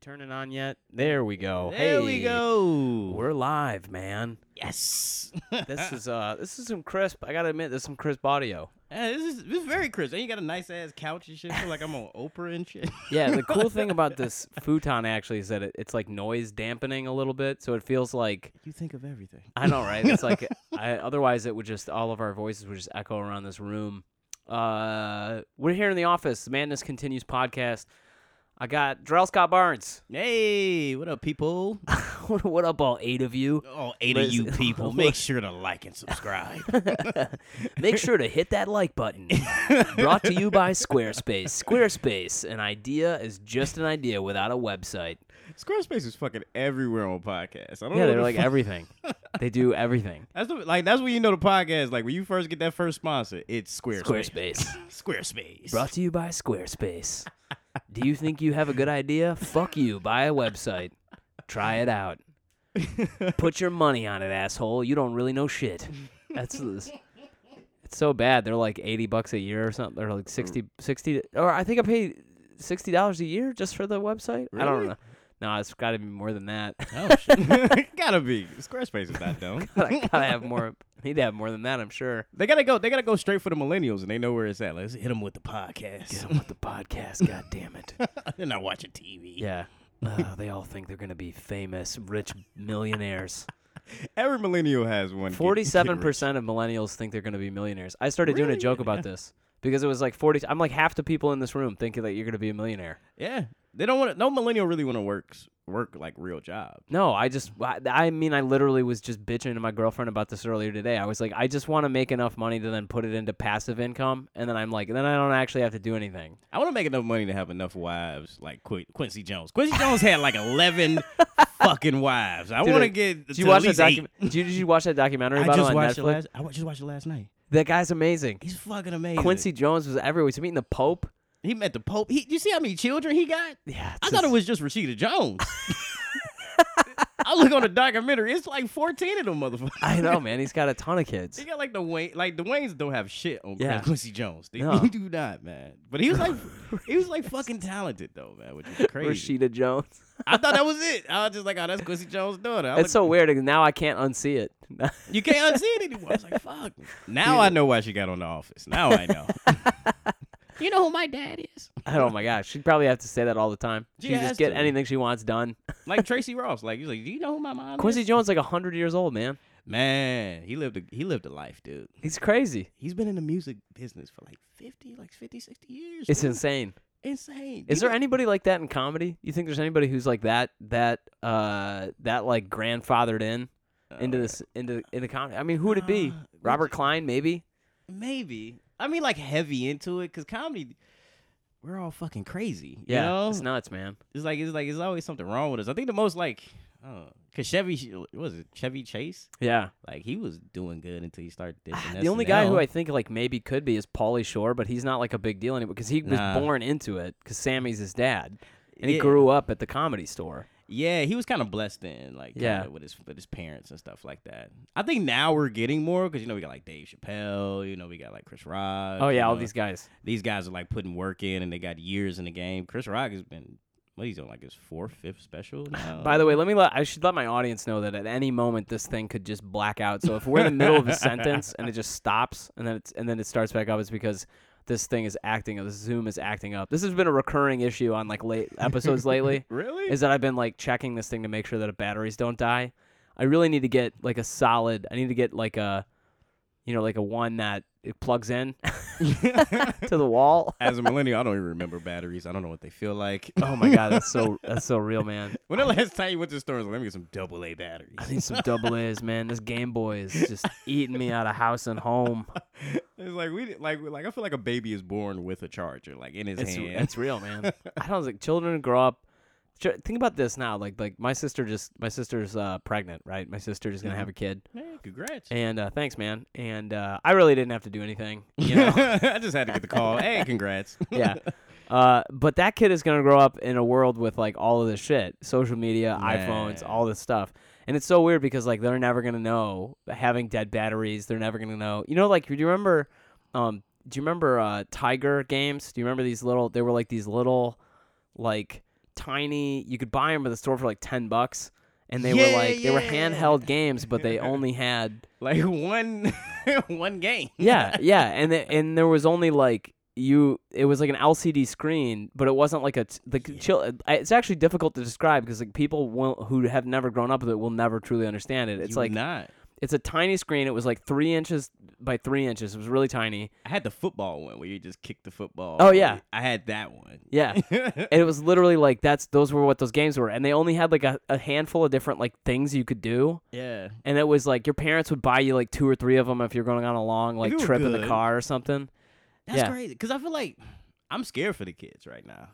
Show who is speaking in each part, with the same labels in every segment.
Speaker 1: turning on yet? There we go.
Speaker 2: There we
Speaker 1: Hey,
Speaker 2: go.
Speaker 1: We're live, man.
Speaker 2: yes.
Speaker 1: This is uh, this is some crisp. I gotta admit, this is some crisp audio.
Speaker 2: Yeah, this is this is very crisp. And you got a nice ass couch and shit. Feel like I'm on Oprah and shit.
Speaker 1: Yeah, the cool thing about this futon actually is that it, it's like noise dampening a little bit, so it feels like
Speaker 2: you think of everything.
Speaker 1: I know, right? It's like I, otherwise it would just all of our voices would just echo around this room. Uh, we're here in the office. Madness continues podcast. I got Drell Scott Barnes.
Speaker 2: Hey, what up, people?
Speaker 1: what up, all eight of you?
Speaker 2: All eight of
Speaker 1: Listen-
Speaker 2: you people, make sure to like and subscribe.
Speaker 1: Make sure to hit that like button. Brought to you by Squarespace. Squarespace, an idea is just an idea without a website.
Speaker 2: Squarespace is fucking everywhere on podcasts. I don't
Speaker 1: Yeah,
Speaker 2: know.
Speaker 1: they're
Speaker 2: what
Speaker 1: like
Speaker 2: the fuck-
Speaker 1: everything. They do everything.
Speaker 2: That's the, like that's when you know the podcast. Like when you first get that first sponsor, it's Squarespace.
Speaker 1: Squarespace.
Speaker 2: Squarespace.
Speaker 1: Brought to you by Squarespace. Do you think you have a good idea? Fuck you. Buy a website. Try it out. Put your money on it, asshole. You don't really know shit. That's it's so bad. They're like 80 bucks a year or something. They're like 60 60 or I think I paid $60 a year just for the website. I don't
Speaker 2: Really?
Speaker 1: know. No, it's got to be more than that.
Speaker 2: Oh shit. Gotta be. Squarespace is not dumb.
Speaker 1: I got to have more need to have more than that, I'm sure.
Speaker 2: They gotta go. They gotta go straight for the millennials, and they know where it's at. Let's hit them with the podcast.
Speaker 1: with the podcast, god damn it.
Speaker 2: They're not watching TV.
Speaker 1: Yeah. Oh, they all think they're going to be famous, rich millionaires.
Speaker 2: Every millennial has one. kid-
Speaker 1: Forty-seven
Speaker 2: kid rich.
Speaker 1: percent of millennials think they're going to be millionaires. I started doing a
Speaker 2: Really?
Speaker 1: joke about this because it was like forty. I'm like half the people in this room thinking that you're going to be a millionaire.
Speaker 2: Yeah, they don't want to. No millennial really want to work s- work like real job.
Speaker 1: No, I just, I, I mean, I literally was just bitching to my girlfriend about this earlier today. I was like, I just want to make enough money to then put it into passive income, and then I'm like, then I don't actually have to do anything.
Speaker 2: I want to make enough money to have enough wives like Qu- Quincy Jones. Quincy Jones had like eleven fucking wives. I
Speaker 1: Dude,
Speaker 2: want to get.
Speaker 1: Did
Speaker 2: to
Speaker 1: you
Speaker 2: at
Speaker 1: watch that?
Speaker 2: least eight.
Speaker 1: Docu- did, you, did you watch that documentary
Speaker 2: I
Speaker 1: about him
Speaker 2: just
Speaker 1: on Netflix?
Speaker 2: watched it last. I wa- just watched it last night.
Speaker 1: that guy's amazing.
Speaker 2: He's fucking amazing.
Speaker 1: Quincy Jones was everywhere. He's meeting the Pope.
Speaker 2: He met the Pope. He, you see how many children he got?
Speaker 1: Yeah, it's
Speaker 2: I thought
Speaker 1: just-
Speaker 2: it was just Rashida Jones. I look on the documentary. It's like fourteen of them motherfuckers.
Speaker 1: I know, man. He's got a ton of kids.
Speaker 2: He got like the Wayne, like the Waynes don't have shit on
Speaker 1: Yeah.
Speaker 2: Quincy Jones. They
Speaker 1: No.
Speaker 2: do not, man. But he was like, he was like fucking talented though, man, which is crazy.
Speaker 1: Rashida Jones.
Speaker 2: I thought that was it. I was just like, oh, that's Quincy Jones' daughter. I
Speaker 1: It's so weird. and Now I can't unsee it.
Speaker 2: you can't unsee it anymore. I was like, fuck. Now I know why she got on the office. Now I know. you know who my dad is?
Speaker 1: I- oh my gosh, she'd probably have to say that all the time.
Speaker 2: She
Speaker 1: She would just
Speaker 2: has
Speaker 1: get
Speaker 2: to.
Speaker 1: anything she wants done.
Speaker 2: Like Tracy Ross. Like he's like, do you know who my mom
Speaker 1: Quincy
Speaker 2: is?
Speaker 1: Jones like hundred years old, man.
Speaker 2: Man, he lived a he lived a life, dude.
Speaker 1: He's crazy.
Speaker 2: He's been in the music business for like 50, like 50, 60 years.
Speaker 1: It's
Speaker 2: dude.
Speaker 1: insane.
Speaker 2: insane.
Speaker 1: Is
Speaker 2: People-
Speaker 1: there anybody like that in comedy? You think there's anybody who's like that that uh that like grandfathered in into this into into comedy? I mean, who would it be?
Speaker 2: Uh, would
Speaker 1: Robert
Speaker 2: you-
Speaker 1: Klein, maybe.
Speaker 2: Maybe. I mean, like heavy into it, cause comedy, we're all fucking crazy. You
Speaker 1: Yeah,
Speaker 2: know?
Speaker 1: it's nuts, man.
Speaker 2: It's like it's like it's always something wrong with us. I think the most like, uh, cause Chevy what was it Chevy Chase?
Speaker 1: Yeah,
Speaker 2: Like he was doing good until he started this. and
Speaker 1: Ah, the only guy who
Speaker 2: SNL.
Speaker 1: I think like maybe could be is Paulie Shore, but he's not like a big deal anymore because he
Speaker 2: Nah.
Speaker 1: was born into it because Sammy's his dad, and he
Speaker 2: Yeah.
Speaker 1: grew up at the comedy store.
Speaker 2: yeah, he was kind of blessed then, like
Speaker 1: Yeah.
Speaker 2: yeah, with his with his parents and stuff like that. I think now we're getting more because you know we got like Dave Chappelle, you know we got like Chris Rock.
Speaker 1: Oh
Speaker 2: you
Speaker 1: yeah, all
Speaker 2: know.
Speaker 1: these guys.
Speaker 2: these guys are like putting work in and they got years in the game. Chris Rock has been what he's on like his fourth, fifth special. Now.
Speaker 1: By the way, let me let I should let my audience know that at any moment this thing could just black out. So if we're in the middle of a sentence and it just stops and then it's and then it starts back up, it's because this thing is acting up. This Zoom is acting up. This has been a recurring issue on like late episodes lately.
Speaker 2: really
Speaker 1: Is that I've been like checking this thing to make sure that the batteries don't die. I really need to get like a solid. I need to get like a, you know, like a one that it plugs in to the wall.
Speaker 2: as a millennial, I don't even remember batteries. I don't know what they feel like.
Speaker 1: Oh my god, that's so that's so real, man.
Speaker 2: When the last time you went to the store, and was like, let me get some double A batteries.
Speaker 1: I need some double A's, man. This Game Boy is just eating me out of house and home.
Speaker 2: It's like we did- like like I feel like a baby is born with a charger like in his
Speaker 1: It's
Speaker 2: hand.
Speaker 1: it's real, man. I don't think children grow up. Ch- Think about this now. Like like my sister just my sister's uh, pregnant, right? My sister is gonna have a kid,
Speaker 2: Man, congrats.
Speaker 1: and uh, thanks, man. And uh, I really didn't have to do anything, you know.
Speaker 2: I just had to get the call. Hey, congrats.
Speaker 1: yeah. Uh, but that kid is gonna grow up in a world with like all of this shit, social media, iPhones,
Speaker 2: Man.
Speaker 1: all this stuff, and it's so weird because like they're never gonna know having dead batteries. They're never gonna know. You know, like do you remember? Um, do you remember uh, Tiger games? Do you remember these little? They were like these little, like tiny. You could buy them at the store for like ten bucks, and they were
Speaker 2: Yeah,
Speaker 1: like they were
Speaker 2: yeah.
Speaker 1: handheld games, but they only had
Speaker 2: Like one one game.
Speaker 1: yeah, yeah, and the, and there was only like you. It was like an LCD screen, but it wasn't like a t- the c- chill. uh, I- It's actually difficult to describe because like people will, who have never grown up with it will never truly understand it. It's
Speaker 2: You
Speaker 1: like
Speaker 2: not.
Speaker 1: it's a tiny screen. It was like three inches by three inches. It was really tiny.
Speaker 2: I had the football one where you just kick the football.
Speaker 1: Oh, yeah.
Speaker 2: I had that one.
Speaker 1: Yeah. And it was literally like that's those were what those games were, and they only had like a, a handful of different like things you could do,
Speaker 2: yeah.
Speaker 1: and it was like your parents would buy you like two or three of them if you're going on a long like
Speaker 2: you were
Speaker 1: trip in the
Speaker 2: good.
Speaker 1: car or something.
Speaker 2: That's
Speaker 1: Yeah.
Speaker 2: crazy. Because I feel like I'm scared for the kids right now.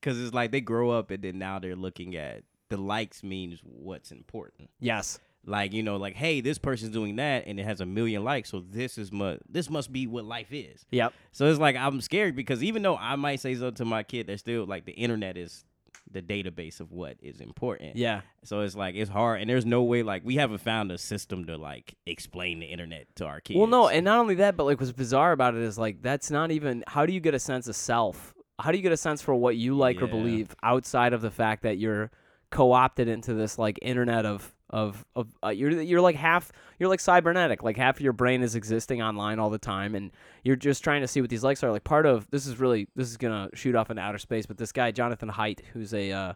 Speaker 2: Because it's like they grow up and then now they're looking at the likes means what's important.
Speaker 1: Yes,
Speaker 2: Like, you know, like, hey, this person's doing that and it has a million likes. So this is mu- this must be what life is.
Speaker 1: yep,
Speaker 2: So it's like I'm scared because even though I might say something to my kid, they're still like the internet is the database of what is important.
Speaker 1: yeah,
Speaker 2: So it's like it's hard, and there's no way like we haven't found a system to like explain the internet to our kids.
Speaker 1: Well, no, and not only that, but like what's bizarre about it is like that's not even. How do you get a sense of self? How do you get a sense for what you like or
Speaker 2: Yeah.
Speaker 1: believe outside of the fact that you're co-opted into this like internet of of of uh, you're you're like half you're like cybernetic like half of your brain is existing online all the time and you're just trying to see what these likes are like part of this is really this is gonna shoot off into outer space but this guy Jonathan Haidt who's a uh,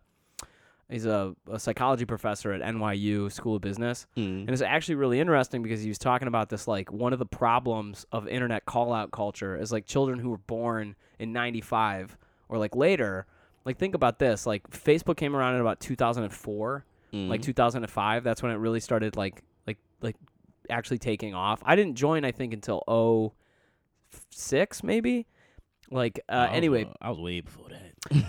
Speaker 1: he's a, a psychology professor at NYU School of Business
Speaker 2: Mm.
Speaker 1: and it's actually really interesting because he was talking about this like one of the problems of internet call out culture is like children who were born in 95 or like later. Like think about this, like Facebook came around in about 2004, like 2005, that's when it really started like like like actually taking off. I didn't join I think until 06 maybe. Like uh,
Speaker 2: I was-
Speaker 1: anyway,
Speaker 2: I was way before that.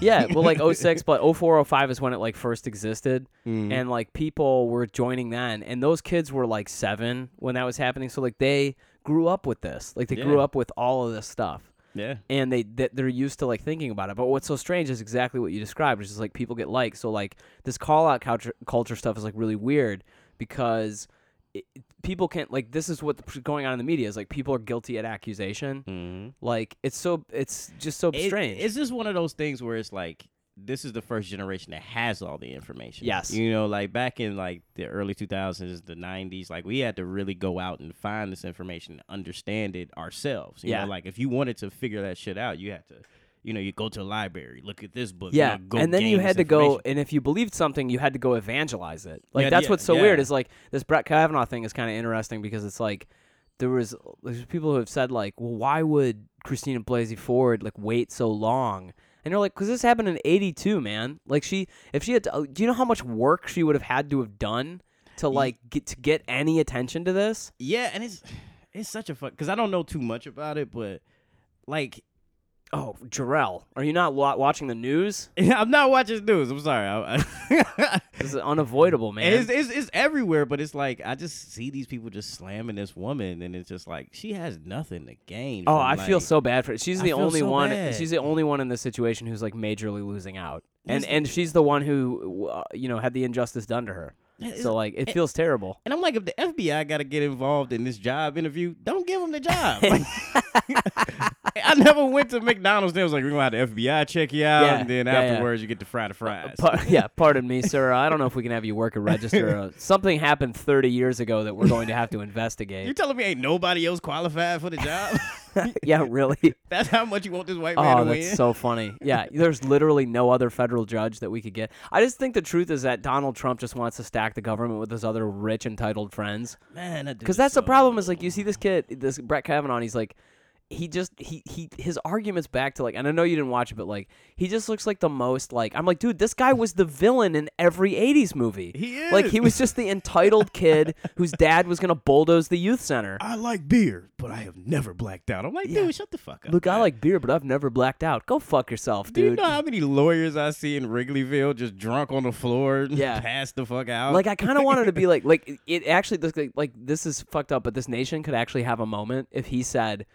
Speaker 1: yeah, well like 06 but 04 05 is when it like first existed
Speaker 2: Mm.
Speaker 1: and like people were joining then and those kids were like seven when that was happening so like they grew up with this like they grew
Speaker 2: Yeah.
Speaker 1: up with all of this stuff
Speaker 2: yeah,
Speaker 1: and they th- they're used to like thinking about it but what's so strange is exactly what you described which is like people get likes so like this call out culture, culture stuff is like really weird because it, people can't like this is what's going on in the media is like people are guilty at accusation
Speaker 2: mm.
Speaker 1: like it's so it's just so
Speaker 2: It-
Speaker 1: strange
Speaker 2: It's just one of those things where it's like this is the first generation that has all the information.
Speaker 1: Yes.
Speaker 2: you know, like back in like the early 2000s, the 90s, like we had to really go out and find this information, and understand it ourselves. You
Speaker 1: Yeah.
Speaker 2: know, like if you wanted to figure that shit out, you had to. You know, you go to a library, look at this book. you
Speaker 1: Yeah,
Speaker 2: know, go
Speaker 1: and then you
Speaker 2: gain this
Speaker 1: had to go,
Speaker 2: information.
Speaker 1: and if you believed something, you had to go evangelize it. Like
Speaker 2: Yeah,
Speaker 1: that's
Speaker 2: yeah,
Speaker 1: what's so weird
Speaker 2: yeah.
Speaker 1: is like this Brett Kavanaugh thing is kind of interesting because it's like there was there's people who have said like, well, why would Christina Blasey Ford like wait so long? And you're like, because this happened in '82, man. Like she, if she had, to, uh, do you know how much work she would have had to have done to like get to get any attention to this?
Speaker 2: Yeah, and it's it's such a fuck because I don't know too much about it, but like
Speaker 1: Oh, Jarrell, are you not wa- watching the news?
Speaker 2: I'm not watching news. I'm sorry. I, I-
Speaker 1: This is unavoidable, man.
Speaker 2: it's, it's it's everywhere, but it's like I just see these people just slamming this woman, and it's just like she has nothing to gain.
Speaker 1: Oh,
Speaker 2: from,
Speaker 1: I feel
Speaker 2: like-
Speaker 1: so bad for it. She's
Speaker 2: I
Speaker 1: the
Speaker 2: feel
Speaker 1: only
Speaker 2: so
Speaker 1: one.
Speaker 2: bad.
Speaker 1: She's the only one in this situation who's like majorly losing out, and
Speaker 2: Listen-
Speaker 1: and she's the one who uh, you know had the injustice done to her.
Speaker 2: Yeah, it's-
Speaker 1: So like it feels terrible.
Speaker 2: And I'm like, if the FBI got to get involved in this job interview, don't give them the job. I never went to McDonald's. They was like, we're going to have the FBI check you out.
Speaker 1: Yeah,
Speaker 2: and then
Speaker 1: yeah, yeah.
Speaker 2: afterwards, you get the fried fries.
Speaker 1: Pa- yeah, pardon me, sir. I don't know if we can have you work a register. Uh, something happened 30 years ago that we're going to have to
Speaker 2: you
Speaker 1: investigate.
Speaker 2: telling me ain't nobody else qualified for the job?
Speaker 1: yeah, really.
Speaker 2: That's how much you want this white man
Speaker 1: Oh,
Speaker 2: to win.
Speaker 1: that's so funny. Yeah, there's literally no other federal judge that we could get. I just think the truth is that Donald Trump just wants to stack the government with his other rich entitled friends.
Speaker 2: Man,
Speaker 1: because that's the problem is like you see this kid this brett kavanaugh and he's like he just he he his arguments back to like and i know you didn't watch it but like he just looks like the most like i'm like dude this guy was the villain in every 80s movie
Speaker 2: He
Speaker 1: like he
Speaker 2: is.
Speaker 1: was just the entitled kid whose dad was gonna bulldoze the youth center
Speaker 2: I like beer, but I have never blacked out. I'm like,
Speaker 1: Yeah.
Speaker 2: dude, shut the fuck up.
Speaker 1: look i
Speaker 2: man.
Speaker 1: like beer but i've never blacked out go fuck yourself
Speaker 2: Do you
Speaker 1: dude
Speaker 2: know how many lawyers I see in Wrigleyville just drunk on the floor,
Speaker 1: Yeah.
Speaker 2: passed the fuck out?
Speaker 1: like I kind of wanted to be like like it- it actually this like, like this is fucked up, but this nation could actually have a moment if he said,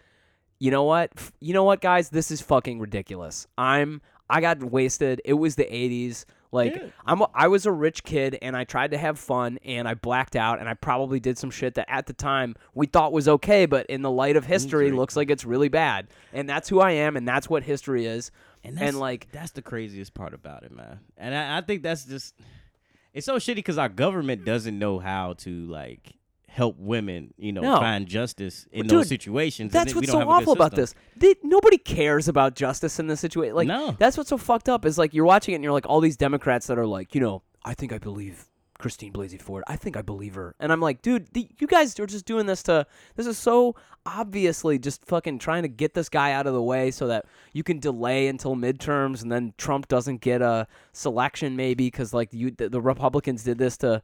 Speaker 1: you know what, F- you know what, guys, this is fucking ridiculous. I'm I got wasted. It was the '80s. Like
Speaker 2: Yeah.
Speaker 1: I'm a, I was a rich kid and I tried to have fun and I blacked out and I probably did some shit that at the time we thought was okay, but in the light of history looks like it's really bad. And that's who I am and that's what history is.
Speaker 2: And that's,
Speaker 1: like-
Speaker 2: that's the craziest part about it, man. And I, I think that's just it's so shitty because our government doesn't know how to like help women, you know,
Speaker 1: No.
Speaker 2: find justice in
Speaker 1: Dude,
Speaker 2: those situations. and
Speaker 1: That's
Speaker 2: then we
Speaker 1: what's
Speaker 2: don't
Speaker 1: so
Speaker 2: have a good
Speaker 1: awful about
Speaker 2: system.
Speaker 1: this. They, nobody cares about justice in this situation. Like,
Speaker 2: No.
Speaker 1: that's what's so fucked up is like you're watching it and you're like all these Democrats that are like, you know, I think I believe Christine Blasey Ford. I think I believe her. And I'm like, dude, the, you guys are just doing this to. This is so obviously just fucking trying to get this guy out of the way so that you can delay until midterms and then Trump doesn't get a selection maybe because like you the, the Republicans did this to.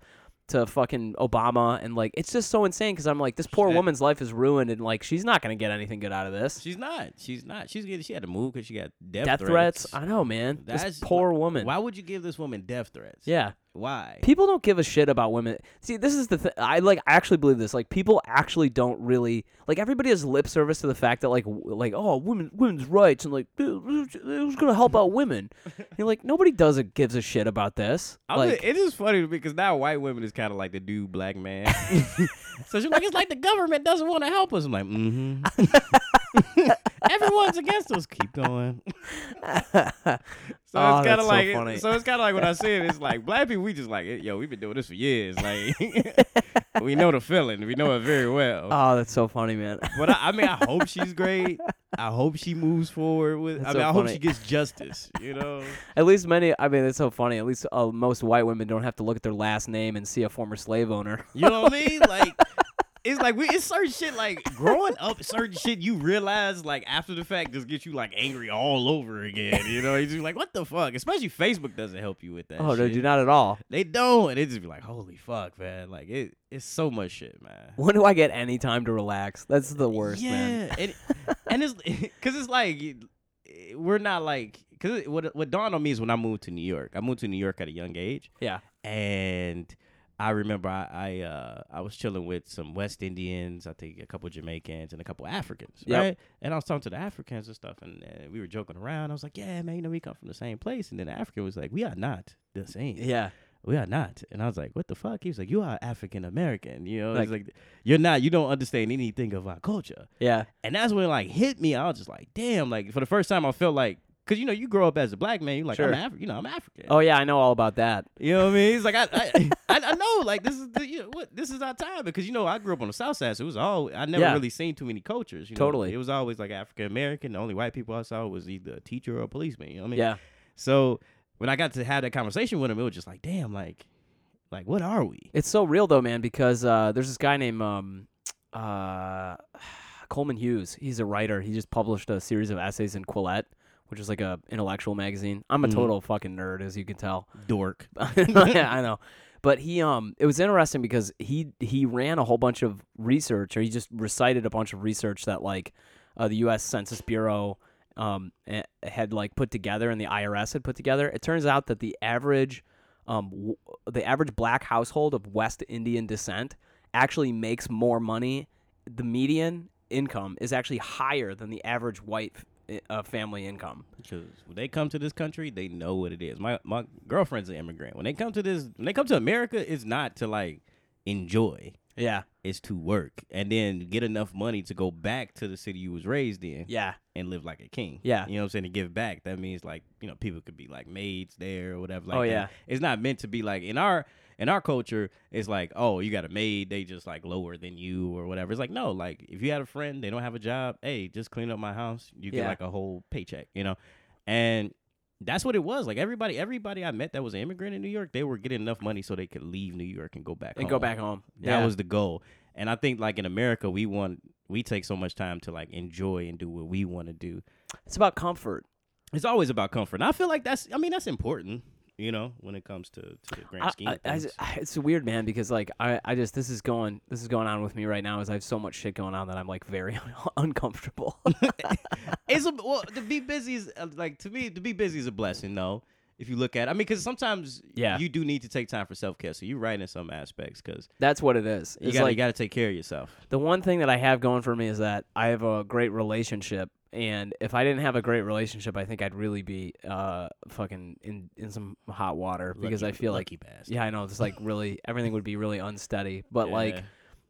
Speaker 1: To fucking Obama and like it's just so insane because I'm like this poor
Speaker 2: Shit.
Speaker 1: woman's life is ruined and like she's not gonna get anything good out of this.
Speaker 2: She's not. She's not. She's getting. She had to move because she got death,
Speaker 1: death threats. I know, man. this poor
Speaker 2: why-
Speaker 1: woman.
Speaker 2: Why would you give this woman death threats?
Speaker 1: Yeah.
Speaker 2: Why?
Speaker 1: People don't give a shit about women. See, this is the thing. I like. I actually believe this. Like, people actually don't really like. Everybody has lip service to the fact that like, w- like, oh, women, women's rights, and like, who's gonna help out women? You're like, nobody does it gives a shit about this.
Speaker 2: I was-
Speaker 1: like,
Speaker 2: it is funny because now white women is kind of like the dude black man. so she's like, it's like the government doesn't want to help us. I'm like, mm-hmm. Everyone's against us. Keep going. So
Speaker 1: Oh,
Speaker 2: it's kind
Speaker 1: that's so
Speaker 2: of like,
Speaker 1: funny.
Speaker 2: so it's kind of like when I see it, it's like black people. We just like, yo, we've been doing this for years. Like, we know the feeling. We know it very well.
Speaker 1: oh, that's so funny, man.
Speaker 2: But I, I mean, I hope she's great. I hope she moves forward with. I
Speaker 1: That's
Speaker 2: mean,
Speaker 1: so
Speaker 2: I hope
Speaker 1: funny.
Speaker 2: she gets justice. You know,
Speaker 1: At least many. I mean, it's so funny. At least uh, most white women don't have to look at their last name and see a former slave owner.
Speaker 2: you know what I mean? Like, it's like we. It's certain shit. Like growing up, certain shit you realize like after the fact just gets you like angry all over again. You know, you just like, what the fuck? Especially Facebook doesn't help you with that.
Speaker 1: Oh, no,
Speaker 2: shit.
Speaker 1: do not at all.
Speaker 2: They don't, and they just be like, "Holy fuck, man!" Like it, it's so much shit, man.
Speaker 1: When do I get any time to relax? That's the worst,
Speaker 2: yeah,
Speaker 1: man.
Speaker 2: and and it's because it's like eh, we're not like because what what dawned on me is when I moved to New York. I moved to New York at a young age,
Speaker 1: Yeah.
Speaker 2: and I remember I I, uh, I was chilling with some West Indians, I think a couple Jamaicans and a couple Africans,
Speaker 1: Yep.
Speaker 2: right? And I was talking to the Africans and stuff, and, uh we were joking around. I was like, "Yeah, man, you know we come from the same place," and then the African was like, "We are not the same."
Speaker 1: Yeah.
Speaker 2: we are not. And I was like, what the fuck? He was like, you are African American. You know, he's
Speaker 1: Like-
Speaker 2: like, you're not, you don't understand anything of our culture.
Speaker 1: Yeah.
Speaker 2: And that's when it like hit me. I was just like, damn, like for the first time I felt like, cause you know, you grow up as a black man, you're like,
Speaker 1: Sure.
Speaker 2: I'm African, you know, I'm African.
Speaker 1: Oh yeah, I know all about that.
Speaker 2: You know what I mean? He's like, I, I, I, I know, like this is, the, you know, what this is our time because you know I grew up on the South Side, so it was all I never
Speaker 1: Yeah.
Speaker 2: really seen too many cultures. You know?
Speaker 1: Totally.
Speaker 2: it was always like African American. The only white people I saw was either a teacher or a policeman. You know what I mean?
Speaker 1: Yeah.
Speaker 2: So when I got to have that conversation with him, it was just like, damn, like, like what are we?
Speaker 1: It's so real though, man, because uh, there's this guy named um, uh, Coleman Hughes. He's a writer. He just published a series of essays in Quillette, which is like a intellectual magazine. I'm a
Speaker 2: Mhm.
Speaker 1: total fucking nerd, as you can tell.
Speaker 2: Dork.
Speaker 1: yeah, I know. But he um it was interesting because he he ran a whole bunch of research or he just recited a bunch of research that like uh, the US Census Bureau um eh, had like put together and the IRS had put together. It turns out that the average um w- the average black household of West Indian descent actually makes more money. The median income is actually higher than the average white eh, uh, family income.
Speaker 2: Because when they come to this country, they know what it is. My my girlfriend's an immigrant. When they come to this, when they come to America, it's not to like enjoy.
Speaker 1: Yeah.
Speaker 2: It's to work and then get enough money to go back to the city you was raised in
Speaker 1: Yeah.
Speaker 2: and live like a king.
Speaker 1: Yeah.
Speaker 2: You know what I'm saying? To give back. That means like, you know, people could be like maids there or whatever. Like
Speaker 1: Oh,
Speaker 2: that.
Speaker 1: yeah.
Speaker 2: It's not meant to be like in our in our culture, it's like, oh, you got a maid, they just like lower than you or whatever. It's like, no, like if you had a friend, they don't have a job, hey, just clean up my house. You get
Speaker 1: Yeah.
Speaker 2: like a whole paycheck, you know? And that's what it was. Like everybody everybody I met that was an immigrant in New York, they were getting enough money so they could leave New York and go back
Speaker 1: And
Speaker 2: home.
Speaker 1: go back home.
Speaker 2: That
Speaker 1: Yeah.
Speaker 2: was the goal. And I think like in America we want we take so much time to like enjoy and do what we want to do.
Speaker 1: it's about comfort.
Speaker 2: It's always about comfort. And I feel like that's I mean that's important, you know, when it comes to, to the grand
Speaker 1: I-
Speaker 2: scheme.
Speaker 1: I-
Speaker 2: of
Speaker 1: I
Speaker 2: things.
Speaker 1: just- it's weird, man, because like I, I just this is going this is going on with me right now is I have so much shit going on that I'm like very uncomfortable.
Speaker 2: it's a, well to be busy is uh, like to me to be busy is a blessing though. If you look at, it. I mean, because sometimes
Speaker 1: Yeah.
Speaker 2: you do need to take time for self care. So you're right in some aspects because
Speaker 1: That's what it is.
Speaker 2: you
Speaker 1: It's
Speaker 2: got to you
Speaker 1: like
Speaker 2: got to take care of yourself.
Speaker 1: the one thing that I have going for me is that I have a great relationship, and if I didn't have a great relationship, I think I'd really be uh fucking in in some hot water because I
Speaker 2: Lucky-
Speaker 1: feel like
Speaker 2: lucky bastard.
Speaker 1: yeah I know it's like really everything would be really unsteady. But
Speaker 2: Yeah.
Speaker 1: like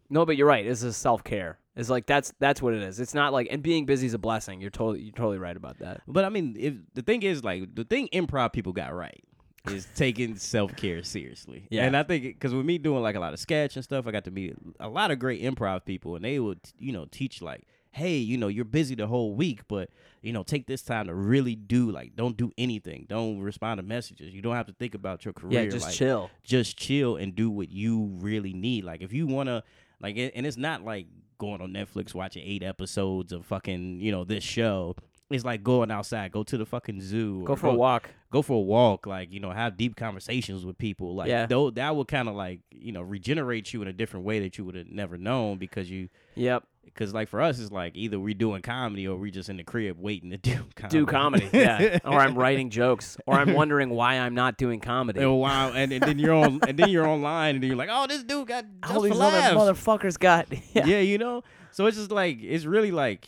Speaker 1: no, but you're right. It's a self care. It's like that's that's what it is. It's not like and being busy is a blessing. You're totally you're totally right about that.
Speaker 2: But I mean, if the thing is like the thing improv people got right is taking self care seriously.
Speaker 1: Yeah.
Speaker 2: and I think because with me doing like a lot of sketch and stuff, I got to meet a lot of great improv people, and they would you know teach like. Hey, you know, you're busy the whole week, but you know, take this time to really do like don't do anything. Don't respond to messages. You don't have to think about your career.
Speaker 1: yeah, just
Speaker 2: like,
Speaker 1: chill.
Speaker 2: just chill and do what you really need. Like if you wanna like it- and it's not like going on Netflix watching eight episodes of fucking, you know, this show. It's like going outside, go to the fucking zoo. or
Speaker 1: Go for a walk.
Speaker 2: Go for a walk, like, you know, have deep conversations with people. Like
Speaker 1: Yeah.
Speaker 2: though that will kind of like, you know, regenerate you in a different way that you would have never known because you
Speaker 1: Yep.
Speaker 2: because like for us it's like either we doing comedy or we just in the crib waiting to do comedy.
Speaker 1: Do comedy. Yeah. or I'm writing jokes. Or I'm wondering why I'm not doing comedy.
Speaker 2: And wow, and, and then you're on, and then you're online, and you're like, "Oh, this dude got just
Speaker 1: All
Speaker 2: for
Speaker 1: these
Speaker 2: laughs.
Speaker 1: other motherfuckers got
Speaker 2: yeah.
Speaker 1: yeah.
Speaker 2: you know. So it's just like it's really like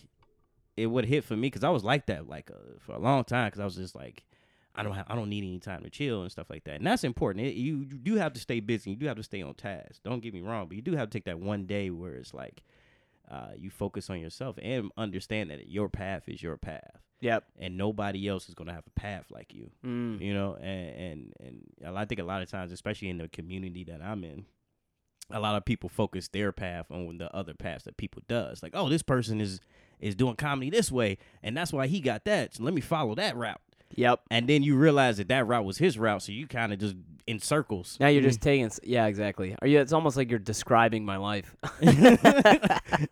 Speaker 2: it would hit for me because I was like that like uh, for a long time because I was just like I don't have, I don't need any time to chill and stuff like that, and that's important. It, you, you do have to stay busy, you do have to stay on task. Don't get me wrong, but you do have to take that one day where it's like uh, you focus on yourself and understand that your path is your path,
Speaker 1: Yep.
Speaker 2: and nobody else is gonna have a path like you
Speaker 1: Mm.
Speaker 2: you know and and and a lot- i think a lot of times especially in the community that i'm in a lot of people focus their path on the other paths that people does like oh this person is is doing comedy this way and that's why he got that so let me follow that route
Speaker 1: Yep.
Speaker 2: and then you realize that that route was his route so you kind of just in circles
Speaker 1: Now you're just taking s- yeah, exactly. Are you it's almost like you're describing my life.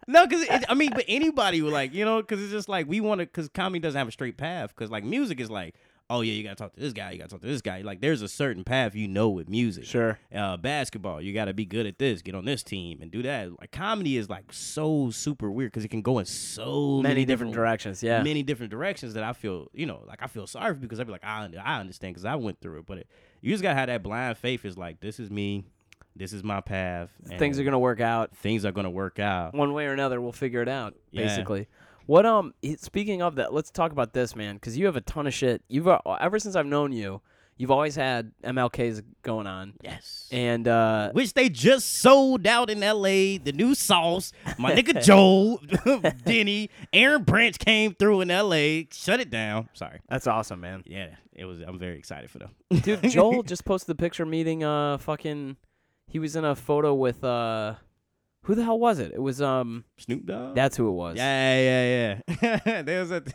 Speaker 2: no because i mean but anybody would like you know because it's just like we want to because comedy doesn't have a straight path because like music is like oh yeah you gotta talk to this guy you gotta talk to this guy like there's a certain path you know with music
Speaker 1: sure.
Speaker 2: uh, basketball. You got to be good at this, get on this team, and do that. Like comedy is like so super weird because it can go in so many,
Speaker 1: Many different directions, yeah.
Speaker 2: many different directions that I feel, you know, like I feel sorry for because I'd be like, I, under- I understand because I went through it, but it, you just gotta have that blind faith. Is like this is me, this is my path.
Speaker 1: Things are
Speaker 2: and
Speaker 1: gonna work out.
Speaker 2: things are gonna work out.
Speaker 1: one way or another we'll figure it out
Speaker 2: Yeah.
Speaker 1: basically what um i- speaking of that let's talk about this man because you have a ton of shit you've uh, ever since i've known you you've always had mlk's going on
Speaker 2: Yes.
Speaker 1: and uh
Speaker 2: which they just sold out in LA. The new sauce, my nigga Joe, Denny, Aaron Branch came through in LA, shut it down. Sorry.
Speaker 1: that's awesome man
Speaker 2: Yeah, it was. I'm very excited for them.
Speaker 1: dude joel just posted the picture meeting uh fucking he was in a photo with uh who the hell was it it was um
Speaker 2: Snoop Dogg.
Speaker 1: that's who it was
Speaker 2: yeah, yeah, yeah. they was at, the,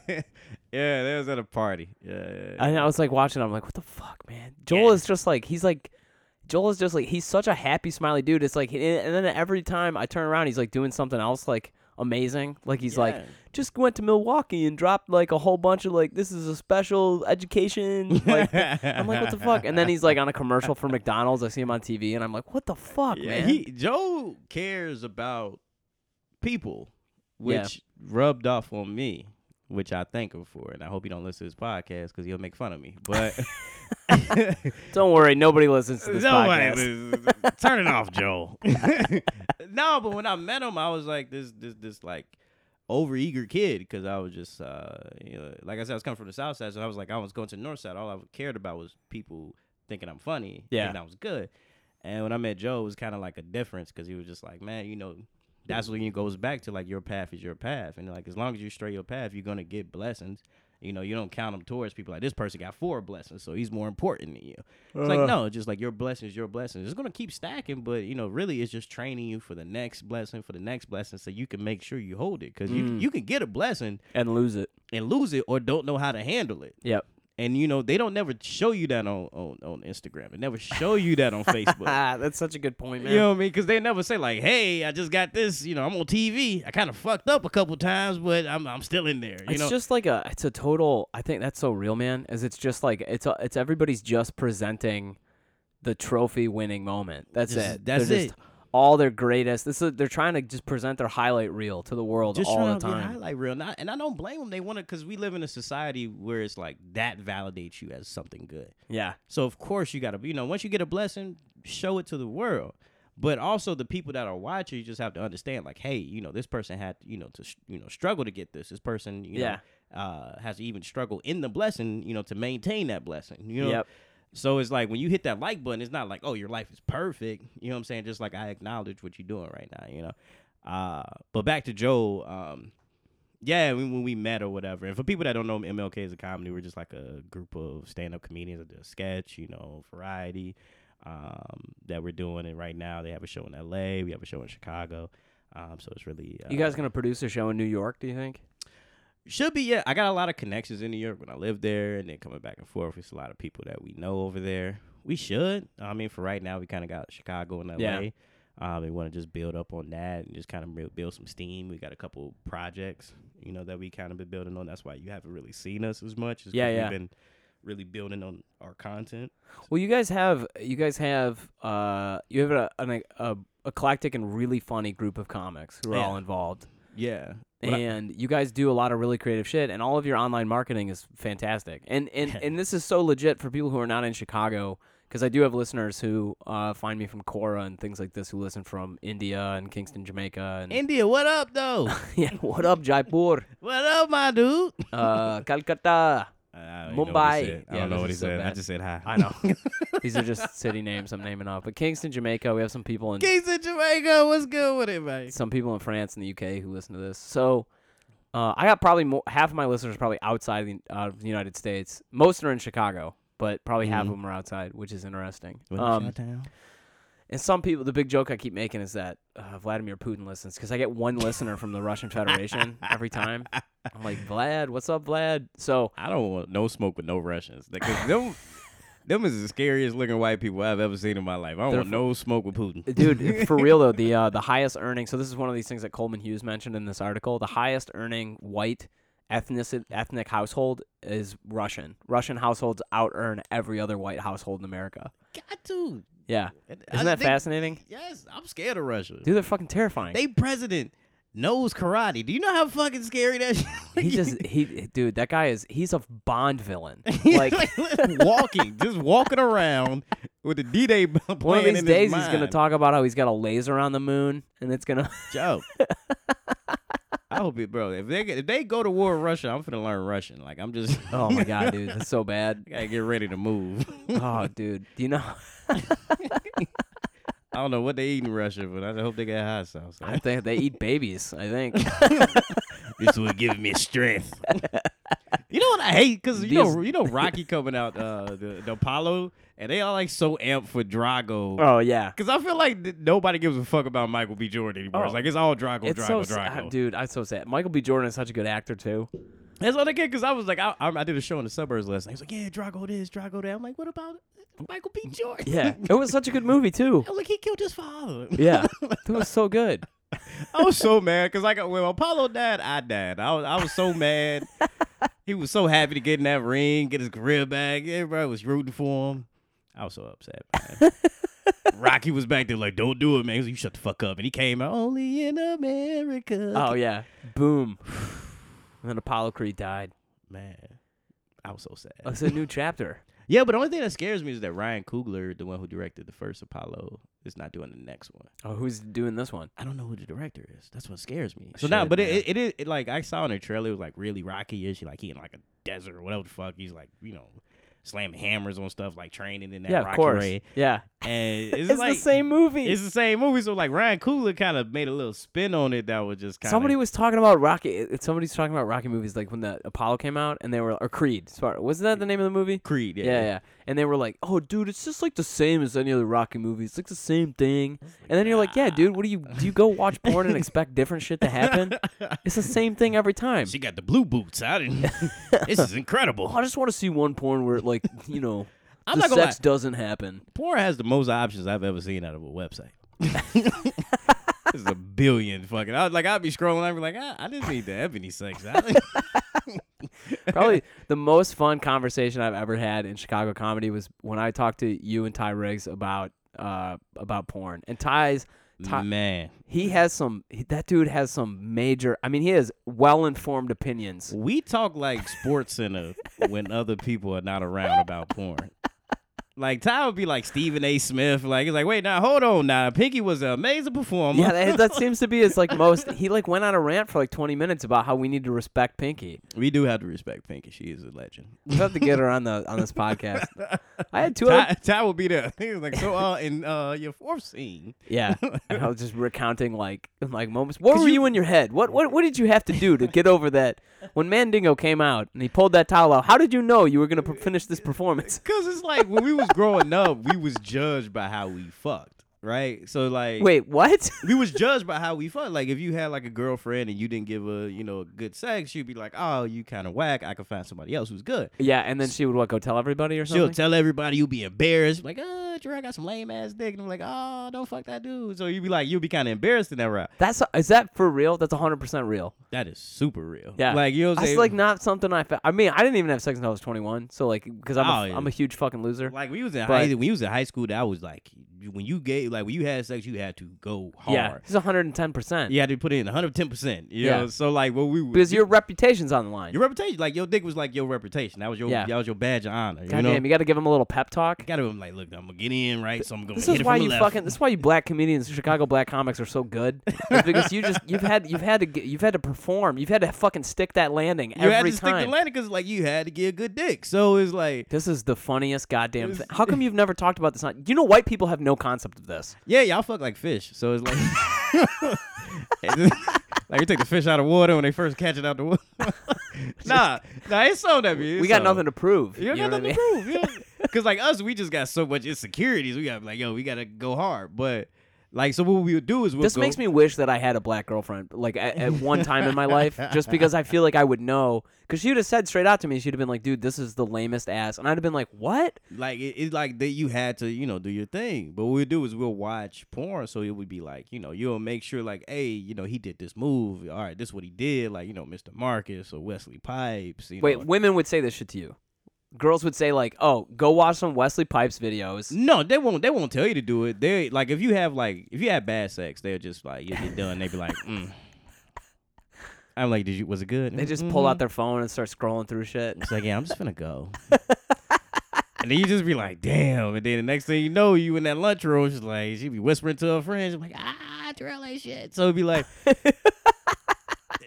Speaker 2: yeah, they was at a party. Yeah, yeah, yeah.
Speaker 1: and i was like watching i'm like what the fuck man joel
Speaker 2: Yeah.
Speaker 1: is just like he's like Joel is just like he's such a happy, smiley dude. It's like, and and then every time I turn around, he's like doing something else, like amazing. Like he's like
Speaker 2: Yeah.
Speaker 1: just went to Milwaukee and dropped like a whole bunch of like this is a special education. Like, I'm like, what the fuck? And then he's like on a commercial for McDonald's. I see him on TV, and I'm like, what the fuck,
Speaker 2: yeah,
Speaker 1: man?
Speaker 2: he Joe cares about people,
Speaker 1: Yeah.
Speaker 2: which rubbed off on me, which I thank him for, and I hope he don't listen to this podcast because he'll make fun of me. But
Speaker 1: Don't worry, nobody listens to this
Speaker 2: Nobody
Speaker 1: podcast.
Speaker 2: listens. Turn it off, Joel. no, but when I met him, I was like this, this, this like overeager kid because I was just, uh, you know, like I said, I was coming from the south side, so I was like, I was going to the north side. All I cared about was people thinking I'm funny,
Speaker 1: Yeah.
Speaker 2: and I was good. And when I met Joe, it was kind of like a difference because he was just like, man, you know, that's when it goes back to like your path is your path, and like as long as you stray your path, you're gonna get blessings. You know, you don't count them towards people. Like this person got four blessings, so he's more important than you.
Speaker 1: Uh.
Speaker 2: It's like no, it's just like your blessings, your blessings. It's gonna keep stacking, but you know, really, it's just training you for the next blessing, for the next blessing, so you can make sure you hold it because you
Speaker 1: Mm.
Speaker 2: you can get a blessing
Speaker 1: And lose it.
Speaker 2: and lose it or don't know how to handle it.
Speaker 1: Yep.
Speaker 2: And you know, they don't never show you that on on, on Instagram. They never show you that on Facebook.
Speaker 1: Ah, that's such a good point, man.
Speaker 2: You know what I mean? Because they never say like, "Hey, I just got this. You know, I'm on TV. I kind of fucked up a couple times, but I'm I'm still in there." You
Speaker 1: it's
Speaker 2: know,
Speaker 1: just like a it's a total I think that's so real, man, is it's just like it's a, it's everybody's just presenting the trophy winning moment. That's
Speaker 2: Just-
Speaker 1: it.
Speaker 2: that's
Speaker 1: They're just
Speaker 2: it.
Speaker 1: all their greatest. This is, they're trying to just present their highlight reel to the world
Speaker 2: just
Speaker 1: all
Speaker 2: trying
Speaker 1: the
Speaker 2: to get
Speaker 1: time.
Speaker 2: highlight real. And I, and I don't blame them. They want to because we live in a society where it's like that validates you as something good.
Speaker 1: Yeah.
Speaker 2: So of course you gotta, you know, once you get a blessing, show it to the world. But also the people that are watching, you just have to understand, like, hey, you know, this person had, you know, to, sh- you know, struggle to get this. This person, you
Speaker 1: Yeah.
Speaker 2: know, uh, has to even struggle in the blessing, you know, to maintain that blessing. You know,
Speaker 1: Yep.
Speaker 2: so it's like when you hit that like button, it's not like, oh, your life is perfect. You know what I'm saying? Just like I acknowledge what you're doing right now. You know, Uh, but back to Joe. Um, yeah, when, when we met or whatever. And for people that don't know, MLK is a comedy. We're just like a group of stand-up comedians that do a sketch, you know, variety um, that we're doing it right now. They have a show in L.A. We have a show in Chicago. Um, so it's really uh,
Speaker 1: You guys gonna produce a show in New York? Do you think?
Speaker 2: should be yeah. I got a lot of connections in New York when I lived there, and then coming back and forth. It's a lot of people that we know over there. We should. I mean, for right now, we kind of got Chicago and LA.
Speaker 1: Yeah.
Speaker 2: Um, we want to just build up on that and just kind of build some steam. We got a couple projects, you know, that we kind of been building on. That's why you haven't really seen us as much. is 'cause
Speaker 1: Yeah, yeah.
Speaker 2: We've been really building on our content.
Speaker 1: Well, you guys have you guys have uh you have a, an a, eclectic and really funny group of comics who are
Speaker 2: Yeah.
Speaker 1: all involved,
Speaker 2: Yeah. What I-
Speaker 1: and you guys do a lot of really creative shit, and all of your online marketing is fantastic. And and and this is so legit for people who are not in Chicago. Because I do have listeners who uh, find me from Cora and things like this, who listen from India and Kingston, Jamaica, and,
Speaker 2: India, what up though?
Speaker 1: yeah, what up, Jaipur,
Speaker 2: what up, my dude?
Speaker 1: uh, Calcutta.
Speaker 2: Uh, I don't even know what he
Speaker 1: Mumbai.
Speaker 2: said. I
Speaker 1: Yeah,
Speaker 2: don't know
Speaker 1: this
Speaker 2: what he
Speaker 1: is so
Speaker 2: said. I
Speaker 1: bad.
Speaker 2: just said hi.
Speaker 1: I know. These are just city names I'm naming off. But Kingston, Jamaica, we have some people in
Speaker 2: Kings of Jamaica, what's good with it, mate?
Speaker 1: some people in France and the UK who listen to this. So uh, I got probably mo half of my listeners are probably outside the, uh, the United States. Most are in Chicago, but probably half of them are outside, which is interesting. Um, and some people, the big joke I keep making is that uh, Vladimir Putin listens because I get one listener from the Russian Federation every time. I'm like, Vlad, what's up, Vlad? So
Speaker 2: I don't want no smoke with no Russians. Because them, them is the scariest looking white people I've ever seen in my life. I don't
Speaker 1: They're
Speaker 2: want no smoke with Putin.
Speaker 1: dude for real though the uh, the highest earning so this is one of these things that coleman hughes mentioned in this article the highest earning white ethnic ethnic household is russian russian households out earn every other white household in america
Speaker 2: God, dude.
Speaker 1: yeah
Speaker 2: And I
Speaker 1: isn't that
Speaker 2: think-
Speaker 1: fascinating
Speaker 2: Yes, I'm scared of Russia.
Speaker 1: dude they're fucking terrifying
Speaker 2: They president knows karate. Do you know how fucking scary that shit
Speaker 1: he just he dude that guy is he's a bond villain like
Speaker 2: walking, just walking around with the D-Day playing
Speaker 1: one of these
Speaker 2: in
Speaker 1: days
Speaker 2: his
Speaker 1: he's gonna
Speaker 2: mind.
Speaker 1: talk about how he's got a laser on the moon and it's gonna
Speaker 2: joke. I hope it, bro. If they if they go to war with Russia, I'm finna learn Russian. Like I'm just.
Speaker 1: oh my god dude that's so bad
Speaker 2: I gotta get ready to move.
Speaker 1: oh dude do you know
Speaker 2: I don't know what they eat in Russia, but I hope they got hot sauce.
Speaker 1: i think they eat babies i think
Speaker 2: this will give me strength. you know what I hate? Cause you know
Speaker 1: These-
Speaker 2: you know Rocky coming out uh, the, the Apollo, and they all like so amped for Drago.
Speaker 1: oh yeah
Speaker 2: Cause I feel like th- nobody gives a fuck about Michael B. Jordan anymore. It's
Speaker 1: Oh.
Speaker 2: like it's all Drago,
Speaker 1: It's so
Speaker 2: Drago,
Speaker 1: sad,
Speaker 2: Drago.
Speaker 1: dude. I'm so sad. Michael B. Jordan is such a good actor too.
Speaker 2: That's all they get. Cause I was like, I, I, I did a show in the suburbs last night. He was like, yeah, Drago this, Drago that. I'm like, what about Michael B. Jordan?
Speaker 1: Yeah, it was such a good movie too.
Speaker 2: I was like, he killed his father.
Speaker 1: Yeah, it was so good.
Speaker 2: I was so mad because like when Apollo died, I died. I was I was so mad. he was so happy to get in that ring, get his career back. Everybody was rooting for him. I was so upset. Man. Rocky was back there like, "Don't do it, man." He was like, you shut the fuck up. And he came out only in America.
Speaker 1: Oh yeah, boom. And then Apollo Creed died.
Speaker 2: man, I was so sad.
Speaker 1: It's a new chapter.
Speaker 2: Yeah, but the only thing that scares me is that Ryan Coogler, the one who directed the first Apollo, is not doing the next one.
Speaker 1: Oh, who's doing this one?
Speaker 2: I don't know who the director is. That's what scares me. So now,
Speaker 1: Shit,
Speaker 2: but it,
Speaker 1: man.
Speaker 2: it, it is it, like I saw in the trailer, it was like really rocky ish. Like he in like a desert or whatever the fuck. He's like you know slamming hammers on stuff, like training in that
Speaker 1: yeah,
Speaker 2: rocky
Speaker 1: of course.
Speaker 2: raid.
Speaker 1: Yeah,
Speaker 2: And it's,
Speaker 1: it's,
Speaker 2: like,
Speaker 1: the same movie.
Speaker 2: It's the same movie. So like Ryan Coogler kind of made a little spin on it that was just kind of
Speaker 1: Somebody was talking about Rocky. it- Somebody's talking about Rocky movies, like when the Apollo came out, and they were or Creed. Sorry, wasn't that the name of the movie?
Speaker 2: Creed. Yeah,
Speaker 1: Yeah, yeah. And they were like, "Oh, dude, it's just like the same as any other Rocky movie. It's like the same thing." And then you're like, "Yeah, dude, what do you do? You go watch porn and expect different shit to happen? It's the same thing every time."
Speaker 2: She got the blue boots. I didn't. this is
Speaker 1: Oh, I
Speaker 2: incredible.
Speaker 1: just want to see one porn where, like, you know,
Speaker 2: I'm
Speaker 1: the
Speaker 2: not gonna
Speaker 1: sex doesn't happen.
Speaker 2: Porn has the most options I've ever seen out of a website. There's a billion fucking. I was like, I'd be scrolling. I'd be like, "Ah, I, I didn't need the ebony sex. I-
Speaker 1: Probably the most fun conversation I've ever had in Chicago comedy was when I talked to you and Ty Riggs about uh about porn. And Ty's Ty,
Speaker 2: Man,
Speaker 1: he has some he- that dude has some major. I mean, he has well informed opinions.
Speaker 2: we talk like Sports Center when other people are not around about porn. Like Ty would be like Stephen A. Smith. Like it's like, wait, now hold on, now Pinky was an amazing performer.
Speaker 1: Yeah, that, that seems to be his like most. He like went on a rant for like 20 minutes about how we need to respect Pinky.
Speaker 2: we do have to respect Pinky. She is a legend.
Speaker 1: We have to get her on the on this podcast. I had two.
Speaker 2: Ty,
Speaker 1: other-
Speaker 2: Ty would be there. He was like, so uh, in uh your fourth scene,
Speaker 1: yeah, and I was just recounting like like moments. What were you,
Speaker 2: you-
Speaker 1: in your head? What what what did you have to do to get over that? When Mandingo came out and he pulled that towel out, how did you know you were gonna per- finish this performance?
Speaker 2: because it's like when we was growing up, we was judged by how we fucked, right? So like,
Speaker 1: Wait, what?
Speaker 2: we was judged by how we fucked. Like if you had like a girlfriend and you didn't give her, you know, good sex, you'd be like, oh, you kind of whack. I could find somebody else who's good.
Speaker 1: yeah, and then she would what go tell everybody or
Speaker 2: She'll
Speaker 1: something.
Speaker 2: tell everybody you'll be embarrassed. Like, oh, Drew, I got some lame ass dick. And I'm like, oh, don't fuck that dude. So you'd be like, you'll be kind of embarrassed in that route.
Speaker 1: That's is that for real? That's 100 percent real.
Speaker 2: That is super real.
Speaker 1: Yeah,
Speaker 2: Like, you know what I'm
Speaker 1: That's
Speaker 2: saying?
Speaker 1: like not something I. Fa- I mean, I didn't even have sex until I was 21. So like, because I'm a,
Speaker 2: Oh, yeah.
Speaker 1: am a huge fucking loser.
Speaker 2: Like we was in
Speaker 1: But-
Speaker 2: high, when we was in high school, that was like when you gave like when you had sex, you had to go hard.
Speaker 1: Yeah, it's 110 percent.
Speaker 2: You had to put in 110. percent You
Speaker 1: Yeah.
Speaker 2: know, so like what we
Speaker 1: because your reputation's on the line.
Speaker 2: your reputation, like your dick was like your reputation. That was your
Speaker 1: Yeah.
Speaker 2: that was your badge of honor.
Speaker 1: God
Speaker 2: you know,
Speaker 1: damn, you got to give him a little pep talk.
Speaker 2: gotta I'm like, look, I'm gonna get in right, so I'm gonna
Speaker 1: This
Speaker 2: hit
Speaker 1: is
Speaker 2: it
Speaker 1: why
Speaker 2: from the
Speaker 1: you
Speaker 2: left.
Speaker 1: fucking. This is why you black comedians, Chicago black comics, are so good. It's because you just you've had you've had to get, you've had to perform. You've had to fucking stick that landing
Speaker 2: you had
Speaker 1: every
Speaker 2: to stick
Speaker 1: time.
Speaker 2: to landing because like you had to get a good dick. So it's like,
Speaker 1: this is the funniest goddamn
Speaker 2: This-
Speaker 1: thing. How come you've never talked about this? On, you know, white people have no concept of this.
Speaker 2: yeah, y'all fuck like fish. So it's like, like you take the fish out of water when they first catch it out the water. nah, nah, it's so that
Speaker 1: We got nothing to prove.
Speaker 2: You,
Speaker 1: know
Speaker 2: got nothing
Speaker 1: what I mean?
Speaker 2: to prove. yeah. Cause like us, we just got so much insecurities. We got like, yo, we gotta go hard. But like, so what we would do is we'll
Speaker 1: This
Speaker 2: go,
Speaker 1: makes me wish that I had a black girlfriend, like at, at one time in my life, just because I feel like I would know. Because she'd have said straight out to me, she'd have been like, "Dude, this is the lamest ass," and I'd have been like, "What?"
Speaker 2: like it- it's like that you had to you know do your thing but what we do is we'll watch porn so it would be like you know you'll make sure like hey you know he did this move all right this is what he did like you know mr marcus or wesley pipes you
Speaker 1: Wait,
Speaker 2: know.
Speaker 1: women would say this shit to you. Girls would say like, "Oh, go watch some Wesley Pipes videos."
Speaker 2: no they won't they won't tell you to do it they like if you have like if you have bad sex they'll just like you'll get done they be like mm. i'm like did you was it good
Speaker 1: They just pull
Speaker 2: Mhm.
Speaker 1: out their phone and start scrolling through shit.
Speaker 2: It's like, yeah, I'm just gonna go. and then you just be like, damn. And then the next thing you know, you in that lunchroom, she's like, she be whispering to her friends, like, ah, Terrell ain't shit. So it'd be like,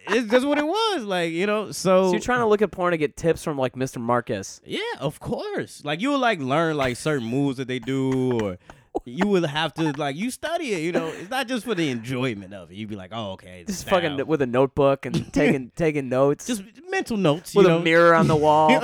Speaker 2: it's just what it was, like you know. So,
Speaker 1: So you're trying to look at porn to get tips from like Mr. Marcus.
Speaker 2: yeah, of course. Like you would like learn like certain moves that they do, or you would have to like you study it. You know, it's not just for the enjoyment of it. You'd be like, oh, okay,
Speaker 1: Just
Speaker 2: now.
Speaker 1: fucking with a notebook and taking taking notes.
Speaker 2: just mental notes.
Speaker 1: with
Speaker 2: you
Speaker 1: a
Speaker 2: know?
Speaker 1: mirror on the wall,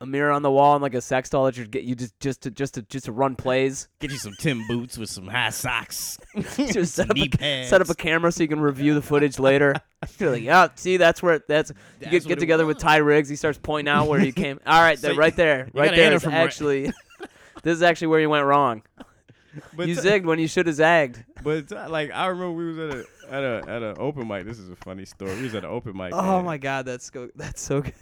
Speaker 1: a mirror on the wall, and like a sex doll that you get you just just to just to just to run plays.
Speaker 2: Get you some Tim boots with some high socks.
Speaker 1: Just set up,
Speaker 2: knee
Speaker 1: a, set up
Speaker 2: pads.
Speaker 1: a camera so you can review the footage later. You're like, yeah, see, that's where that's. You
Speaker 2: That's
Speaker 1: get,
Speaker 2: what
Speaker 1: get
Speaker 2: it
Speaker 1: together with
Speaker 2: was.
Speaker 1: Ty Riggs. He starts pointing out where you came. All right,
Speaker 2: So
Speaker 1: there,
Speaker 2: you-
Speaker 1: right there, right
Speaker 2: gotta
Speaker 1: there.
Speaker 2: hit it
Speaker 1: is
Speaker 2: from right-
Speaker 1: actually, this is actually where you went wrong.
Speaker 2: But
Speaker 1: you
Speaker 2: t-
Speaker 1: zigged when you should have zagged.
Speaker 2: But uh, like I remember we was at a at a at an open mic. This is a funny story. We was at an open mic.
Speaker 1: Oh
Speaker 2: and
Speaker 1: my god, that's go- that's so good.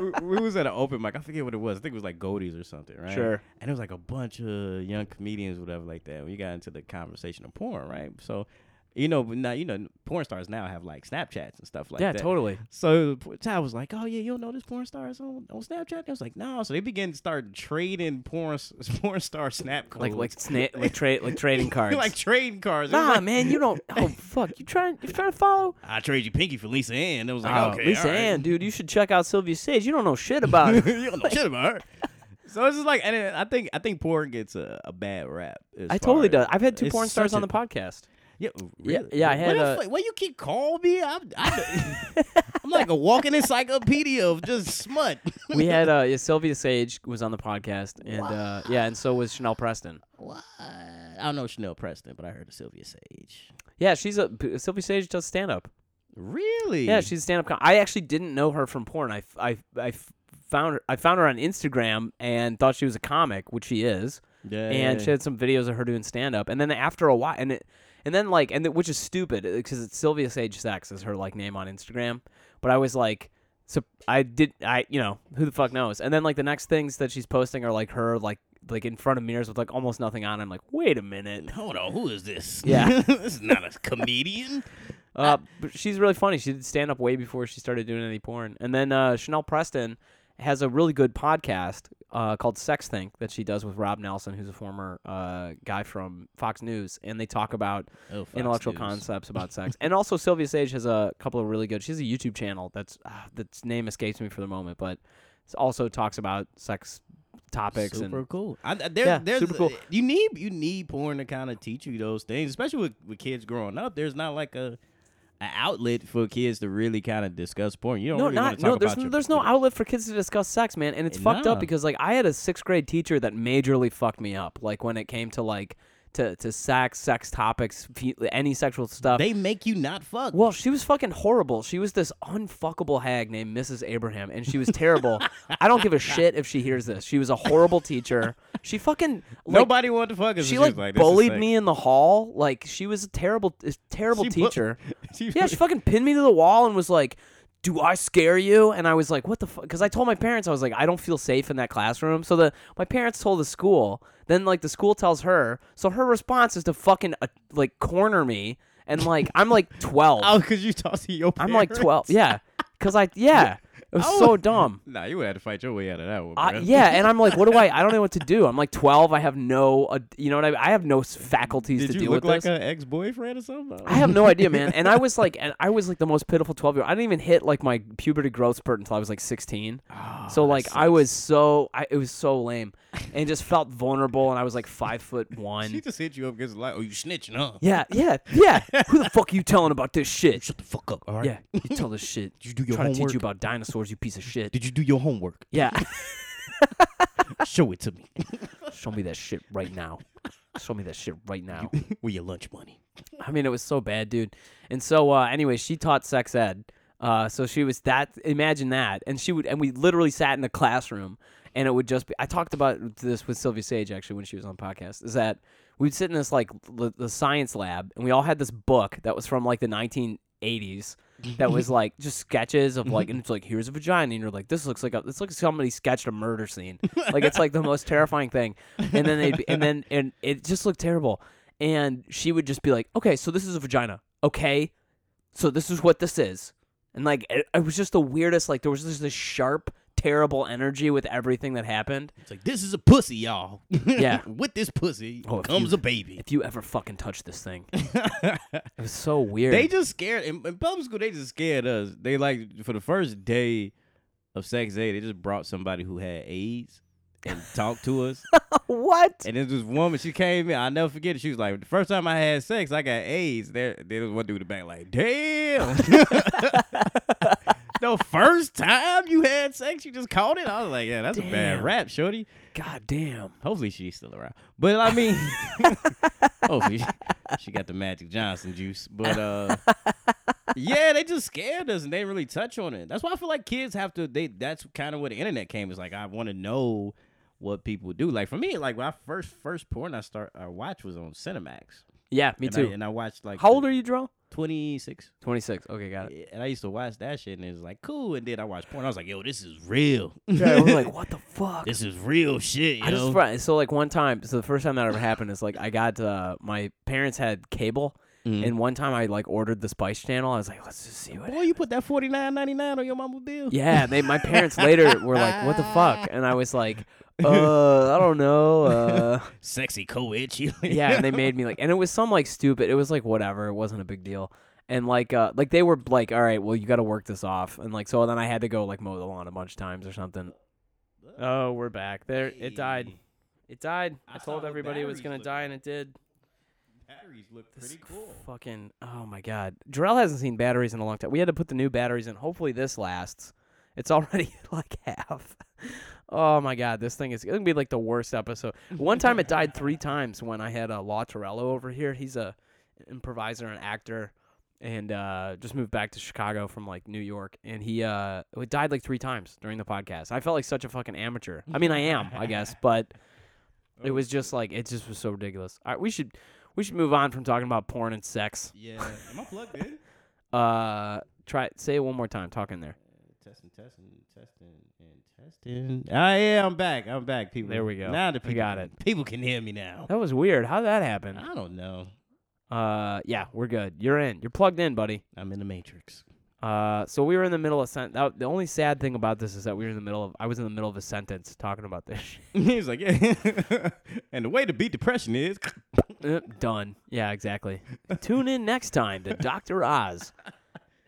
Speaker 2: we, we was at an open mic. I forget what it was. I think it was like Goldies or something, right?
Speaker 1: Sure.
Speaker 2: And it was like a bunch of young comedians, whatever, like that. We got into the conversation of porn, right? So, you know, but now you know, porn stars now have like Snapchats and stuff like
Speaker 1: yeah,
Speaker 2: that.
Speaker 1: totally.
Speaker 2: So the Ty was like, "Oh yeah, you don't know this porn stars on, on Snapchat." I was like, "No." So they began to start trading porn s- porn star snap
Speaker 1: Like
Speaker 2: codes,
Speaker 1: like sna- like trade like trading cards.
Speaker 2: like trading cards. It was
Speaker 1: nah,
Speaker 2: like-
Speaker 1: man, you don't. Oh fuck, you trying you trying to follow?
Speaker 2: I trade you Pinky for Lisa Ann. It was like,
Speaker 1: Oh,
Speaker 2: okay,
Speaker 1: Lisa
Speaker 2: all right.
Speaker 1: Ann, dude, you should check out Sylvia Sage. You don't know shit about her.
Speaker 2: you don't know shit about her. So it's just like, and it- I think I think porn gets a, a bad rap. as
Speaker 1: I totally
Speaker 2: far
Speaker 1: do.
Speaker 2: as-
Speaker 1: I've had two
Speaker 2: it's
Speaker 1: porn stars
Speaker 2: such
Speaker 1: on
Speaker 2: a-
Speaker 1: the podcast.
Speaker 2: Yeah, really?
Speaker 1: yeah, I had,
Speaker 2: What
Speaker 1: uh,
Speaker 2: the fuck- why you keep calling me? I'm, I'm, I'm like a walking encyclopedia of just smut.
Speaker 1: We had uh, yeah, Sylvia Sage was on the podcast, and uh, yeah, and so was Chanel Preston.
Speaker 2: what? I don't know Chanel Preston, but I heard of Sylvia Sage.
Speaker 1: Yeah, she's a p- Sylvia Sage does stand up.
Speaker 2: Really?
Speaker 1: Yeah, she's a stand up. Com- I actually didn't know her from porn. I, f- I, f- I f- found her. I found her on Instagram and thought she was a comic, which she is.
Speaker 2: yeah,
Speaker 1: and
Speaker 2: yeah.
Speaker 1: she had some videos of her doing stand up. And then after a while, and it, and then like, and it, which is stupid because it's Sylvia Sage Sex is her like name on Instagram. But I was like, so I did, I you know who the fuck knows. And then like the next things that she's posting are like her like like in front of mirrors with like almost nothing on. I'm like, wait a minute.
Speaker 2: Hold on, who is this?
Speaker 1: Yeah.
Speaker 2: this is not a comedian.
Speaker 1: Uh, but she's really funny. She did stand up way before she started doing any porn. And then uh, Chanel Preston has a really good podcast uh, called Sex Think that she does with Rob Nelson, who's a former uh, guy from Fox News, and they talk about
Speaker 2: Oh, Fox
Speaker 1: intellectual
Speaker 2: News.
Speaker 1: concepts about sex. and also, Sylvia Sage has a couple of really good. She has a YouTube channel that's ah, that's name escapes me for the moment, but it also talks about sex topics
Speaker 2: Super
Speaker 1: and
Speaker 2: cool. I, I- there,
Speaker 1: Yeah,
Speaker 2: there's,
Speaker 1: super cool.
Speaker 2: You need you need porn to kind of teach you those things, especially with, with kids growing up. There's not like a an outlet for kids to really kind of discuss porn. You don't
Speaker 1: no,
Speaker 2: really wanna
Speaker 1: not
Speaker 2: talk
Speaker 1: no. There's
Speaker 2: about your-
Speaker 1: there's no outlet for kids to discuss sex, man, and it's fucked up
Speaker 2: Nah.
Speaker 1: because like I had a sixth grade teacher that majorly fucked me up. Like when it came to like to to sex, sex topics, fe- any sexual stuff.
Speaker 2: They make you not fuck.
Speaker 1: well, she was fucking horrible. She was this unfuckable hag named Mrs. Abraham, and she was terrible. I don't give a shit if she hears this. She was a horrible teacher. She fucking like,
Speaker 2: Nobody wanted to fuck. us,
Speaker 1: She
Speaker 2: and was
Speaker 1: like,
Speaker 2: "This is
Speaker 1: bullied
Speaker 2: sex."
Speaker 1: me in the hall. Like she was a terrible, a terrible
Speaker 2: She bu-
Speaker 1: teacher.
Speaker 2: She
Speaker 1: Yeah, she fucking pinned me to the wall and was like, "Do I scare you?" And I was like, "What the fuck?" Because I told my parents I was like, "I don't feel safe in that classroom." So the my parents told the school. Then like the school tells her. So her response is to fucking uh, like corner me and like I'm like twelve.
Speaker 2: Oh, because you talk to your.
Speaker 1: I'm like
Speaker 2: parents?
Speaker 1: twelve. Yeah, because I yeah, it was so dumb.
Speaker 2: Nah, you would have to fight your way out of that one.
Speaker 1: I,
Speaker 2: bruh.
Speaker 1: yeah, and I'm like, what do I? I don't know what to do. I'm like 12. I have no, uh, you know what I? mean? I have no s- faculties
Speaker 2: Did
Speaker 1: to
Speaker 2: you
Speaker 1: deal
Speaker 2: look
Speaker 1: with
Speaker 2: like
Speaker 1: this.
Speaker 2: an ex-boyfriend or something?
Speaker 1: I have no idea, man. And I was like, and I was like the most pitiful 12 year old. I didn't even hit like my puberty growth spurt until I was like 16.
Speaker 2: Ah,
Speaker 1: so like I was so, I, it was so lame, and just felt vulnerable. And I was like five foot
Speaker 2: She
Speaker 1: one.
Speaker 2: just hit you up against the light. Oh, you snitching, huh?
Speaker 1: Yeah, yeah, yeah. Who the fuck are you telling about this shit?
Speaker 2: Shut the fuck up. All right.
Speaker 1: Yeah, you tell this shit.
Speaker 2: Did you do your
Speaker 1: Trying to teach
Speaker 2: homework?
Speaker 1: you about dinosaurs, you piece of shit.
Speaker 2: Did you do your homework?
Speaker 1: Yeah,
Speaker 2: Show it to me.
Speaker 1: show me that shit right now. Show me that shit right now.
Speaker 2: With your lunch money.
Speaker 1: I mean, it was so bad, dude. And so, uh, anyway, she taught sex ed. Uh, so she was that. Imagine that. And she would, and we literally sat in the classroom, and it would just be. I talked about this with Sylvia Sage actually when she was on podcast. Is that we'd sit in this like l- the science lab, and we all had this book that was from like the 1980s. that was like just sketches of like, and it's like here's a vagina, and you're like, this looks like a, this looks like somebody sketched a murder scene. like it's like the most terrifying thing. And then they, and then and it just looked terrible and she would just be like, "Okay, so this is a vagina. Okay, so this is what this is." And like, it, it was just the weirdest. Like, there was just this sharp, terrible energy with everything that happened.
Speaker 2: It's like this is a pussy, y'all.
Speaker 1: Yeah.
Speaker 2: With this pussy
Speaker 1: Oh, if
Speaker 2: comes
Speaker 1: you-
Speaker 2: a baby.
Speaker 1: If you ever fucking touch this thing, it was so weird.
Speaker 2: They just scared in, in public school. They just scared us. They like for the first day of sex day, they just brought somebody who had AIDS and talked to us.
Speaker 1: what?
Speaker 2: And there's this woman, she came in. I'll never forget it. She was like, the first time I had sex, I got AIDS. There, there was one dude in the back like, damn. the first time you had sex, you just caught it. I was like, yeah, that's a
Speaker 1: Damn.
Speaker 2: bad rap, shorty.
Speaker 1: God damn.
Speaker 2: Hopefully she's still around. But I mean, hopefully she, she got the Magic Johnson juice. But uh, yeah, they just scared us and they didn't really touch on it. That's why I feel like kids have to. They that's kind of where the internet came. Is like I want to know what people do. Like for me, like when I first first porn I start I watched was on Cinemax.
Speaker 1: Yeah, me
Speaker 2: and
Speaker 1: too.
Speaker 2: I, and I watched like
Speaker 1: How old are you, Dro?
Speaker 2: Twenty six.
Speaker 1: Twenty six. Okay, got it.
Speaker 2: And I used to watch that shit and it was like cool. And then I watched porn. I was like, yo, this is real.
Speaker 1: Yeah, I was like, what the fuck?
Speaker 2: this is real shit. You
Speaker 1: I just
Speaker 2: know?
Speaker 1: fr- so like one time. So the first time that ever happened is like I got uh, my parents had cable,
Speaker 2: Mhm.
Speaker 1: and one time I like ordered the Spice Channel. I was like, let's just see what
Speaker 2: Boy, you put that forty nine ninety nine on your mama bill.
Speaker 1: Yeah, they, my parents later were like, "What the fuck?" And I was like, "Uh, I don't know." Uh,
Speaker 2: sexy co-ed cheerleader.
Speaker 1: yeah, and they made me like, and it was some like stupid. It was like whatever. It wasn't a big deal. And like, uh, like they were like, "All right, well, you got to work this off." And like, so then I had to go like mow the lawn a bunch of times or something. Oh, we're back. There, it died. It died. I,
Speaker 2: I saw
Speaker 1: told
Speaker 2: the
Speaker 1: everybody it was
Speaker 2: batteries
Speaker 1: gonna
Speaker 2: look
Speaker 1: die, and it did.
Speaker 2: Batteries look
Speaker 1: This
Speaker 2: pretty cool.
Speaker 1: Fucking oh my god, Jarrell hasn't seen batteries in a long time. We had to put the new batteries in. Hopefully this lasts. It's already like half. Oh my god, this thing is gonna be like the worst episode. One time it died three times when I had uh, Law Torello over here. He's a improviser and actor, and uh, just moved back to Chicago from like New York. And he uh, it died like three times during the podcast. I felt like such a fucking amateur. I mean, I am, I guess, but it was just like it just was so ridiculous. All right, we should we should move on from talking about porn and sex.
Speaker 2: Yeah. Am I plugged in?
Speaker 1: Uh, try say it one more time. Talk in there.
Speaker 2: testing, testing, testing, and testing. Ah, yeah, I'm back. I'm back, people.
Speaker 1: There we go.
Speaker 2: Now the
Speaker 1: We
Speaker 2: people
Speaker 1: got
Speaker 2: can- People can hear me now.
Speaker 1: That was weird. How did that happen?
Speaker 2: I don't know.
Speaker 1: Uh, yeah, we're good. You're in. You're plugged in, buddy.
Speaker 2: I'm in the matrix.
Speaker 1: Uh, so we were in the middle of sen- that, the only sad thing about this is that we were in the middle of I was in the middle of a sentence talking about this. shit.
Speaker 2: He's like, yeah. and the way to beat depression is
Speaker 1: Uh, Done. Yeah, exactly. Tune in next time to Doctor Oz.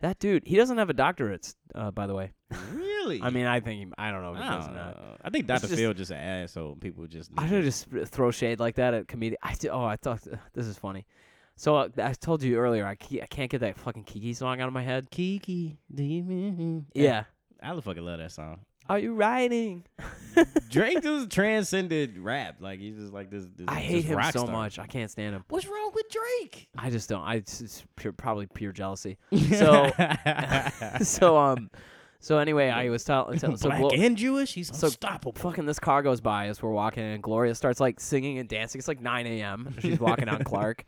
Speaker 1: That dude, he doesn't have a doctorate, uh, by the way.
Speaker 2: really.
Speaker 1: I mean, I think he, I don't know if he
Speaker 2: I,
Speaker 1: does
Speaker 2: don't
Speaker 1: or not.
Speaker 2: know. I think
Speaker 1: It's
Speaker 2: Dr.
Speaker 1: just-
Speaker 2: Phil just an asshole. People just
Speaker 1: I should just throw shade like that at comedian. I did, oh, I thought this is funny. So uh, I told you earlier, I, ke- I can't get that fucking Kiki song out of my head.
Speaker 2: Kiki, do you mean?
Speaker 1: Yeah.
Speaker 2: I fucking love that song.
Speaker 1: Are you riding?
Speaker 2: Drake just transcended rap. Like he's just like this. this
Speaker 1: I
Speaker 2: this
Speaker 1: hate him
Speaker 2: rock
Speaker 1: so
Speaker 2: star.
Speaker 1: much. I can't stand him.
Speaker 2: What's wrong with Drake?
Speaker 1: I just don't. I it's, it's pure, probably pure jealousy. So- so um, so anyway, I was telling. so
Speaker 2: black
Speaker 1: Glo-
Speaker 2: and Jewish, he's
Speaker 1: so-
Speaker 2: unstoppable.
Speaker 1: fucking this car goes by as we're walking in. Gloria starts like singing and dancing. It's like 9 a.m. and She's walking on Clark,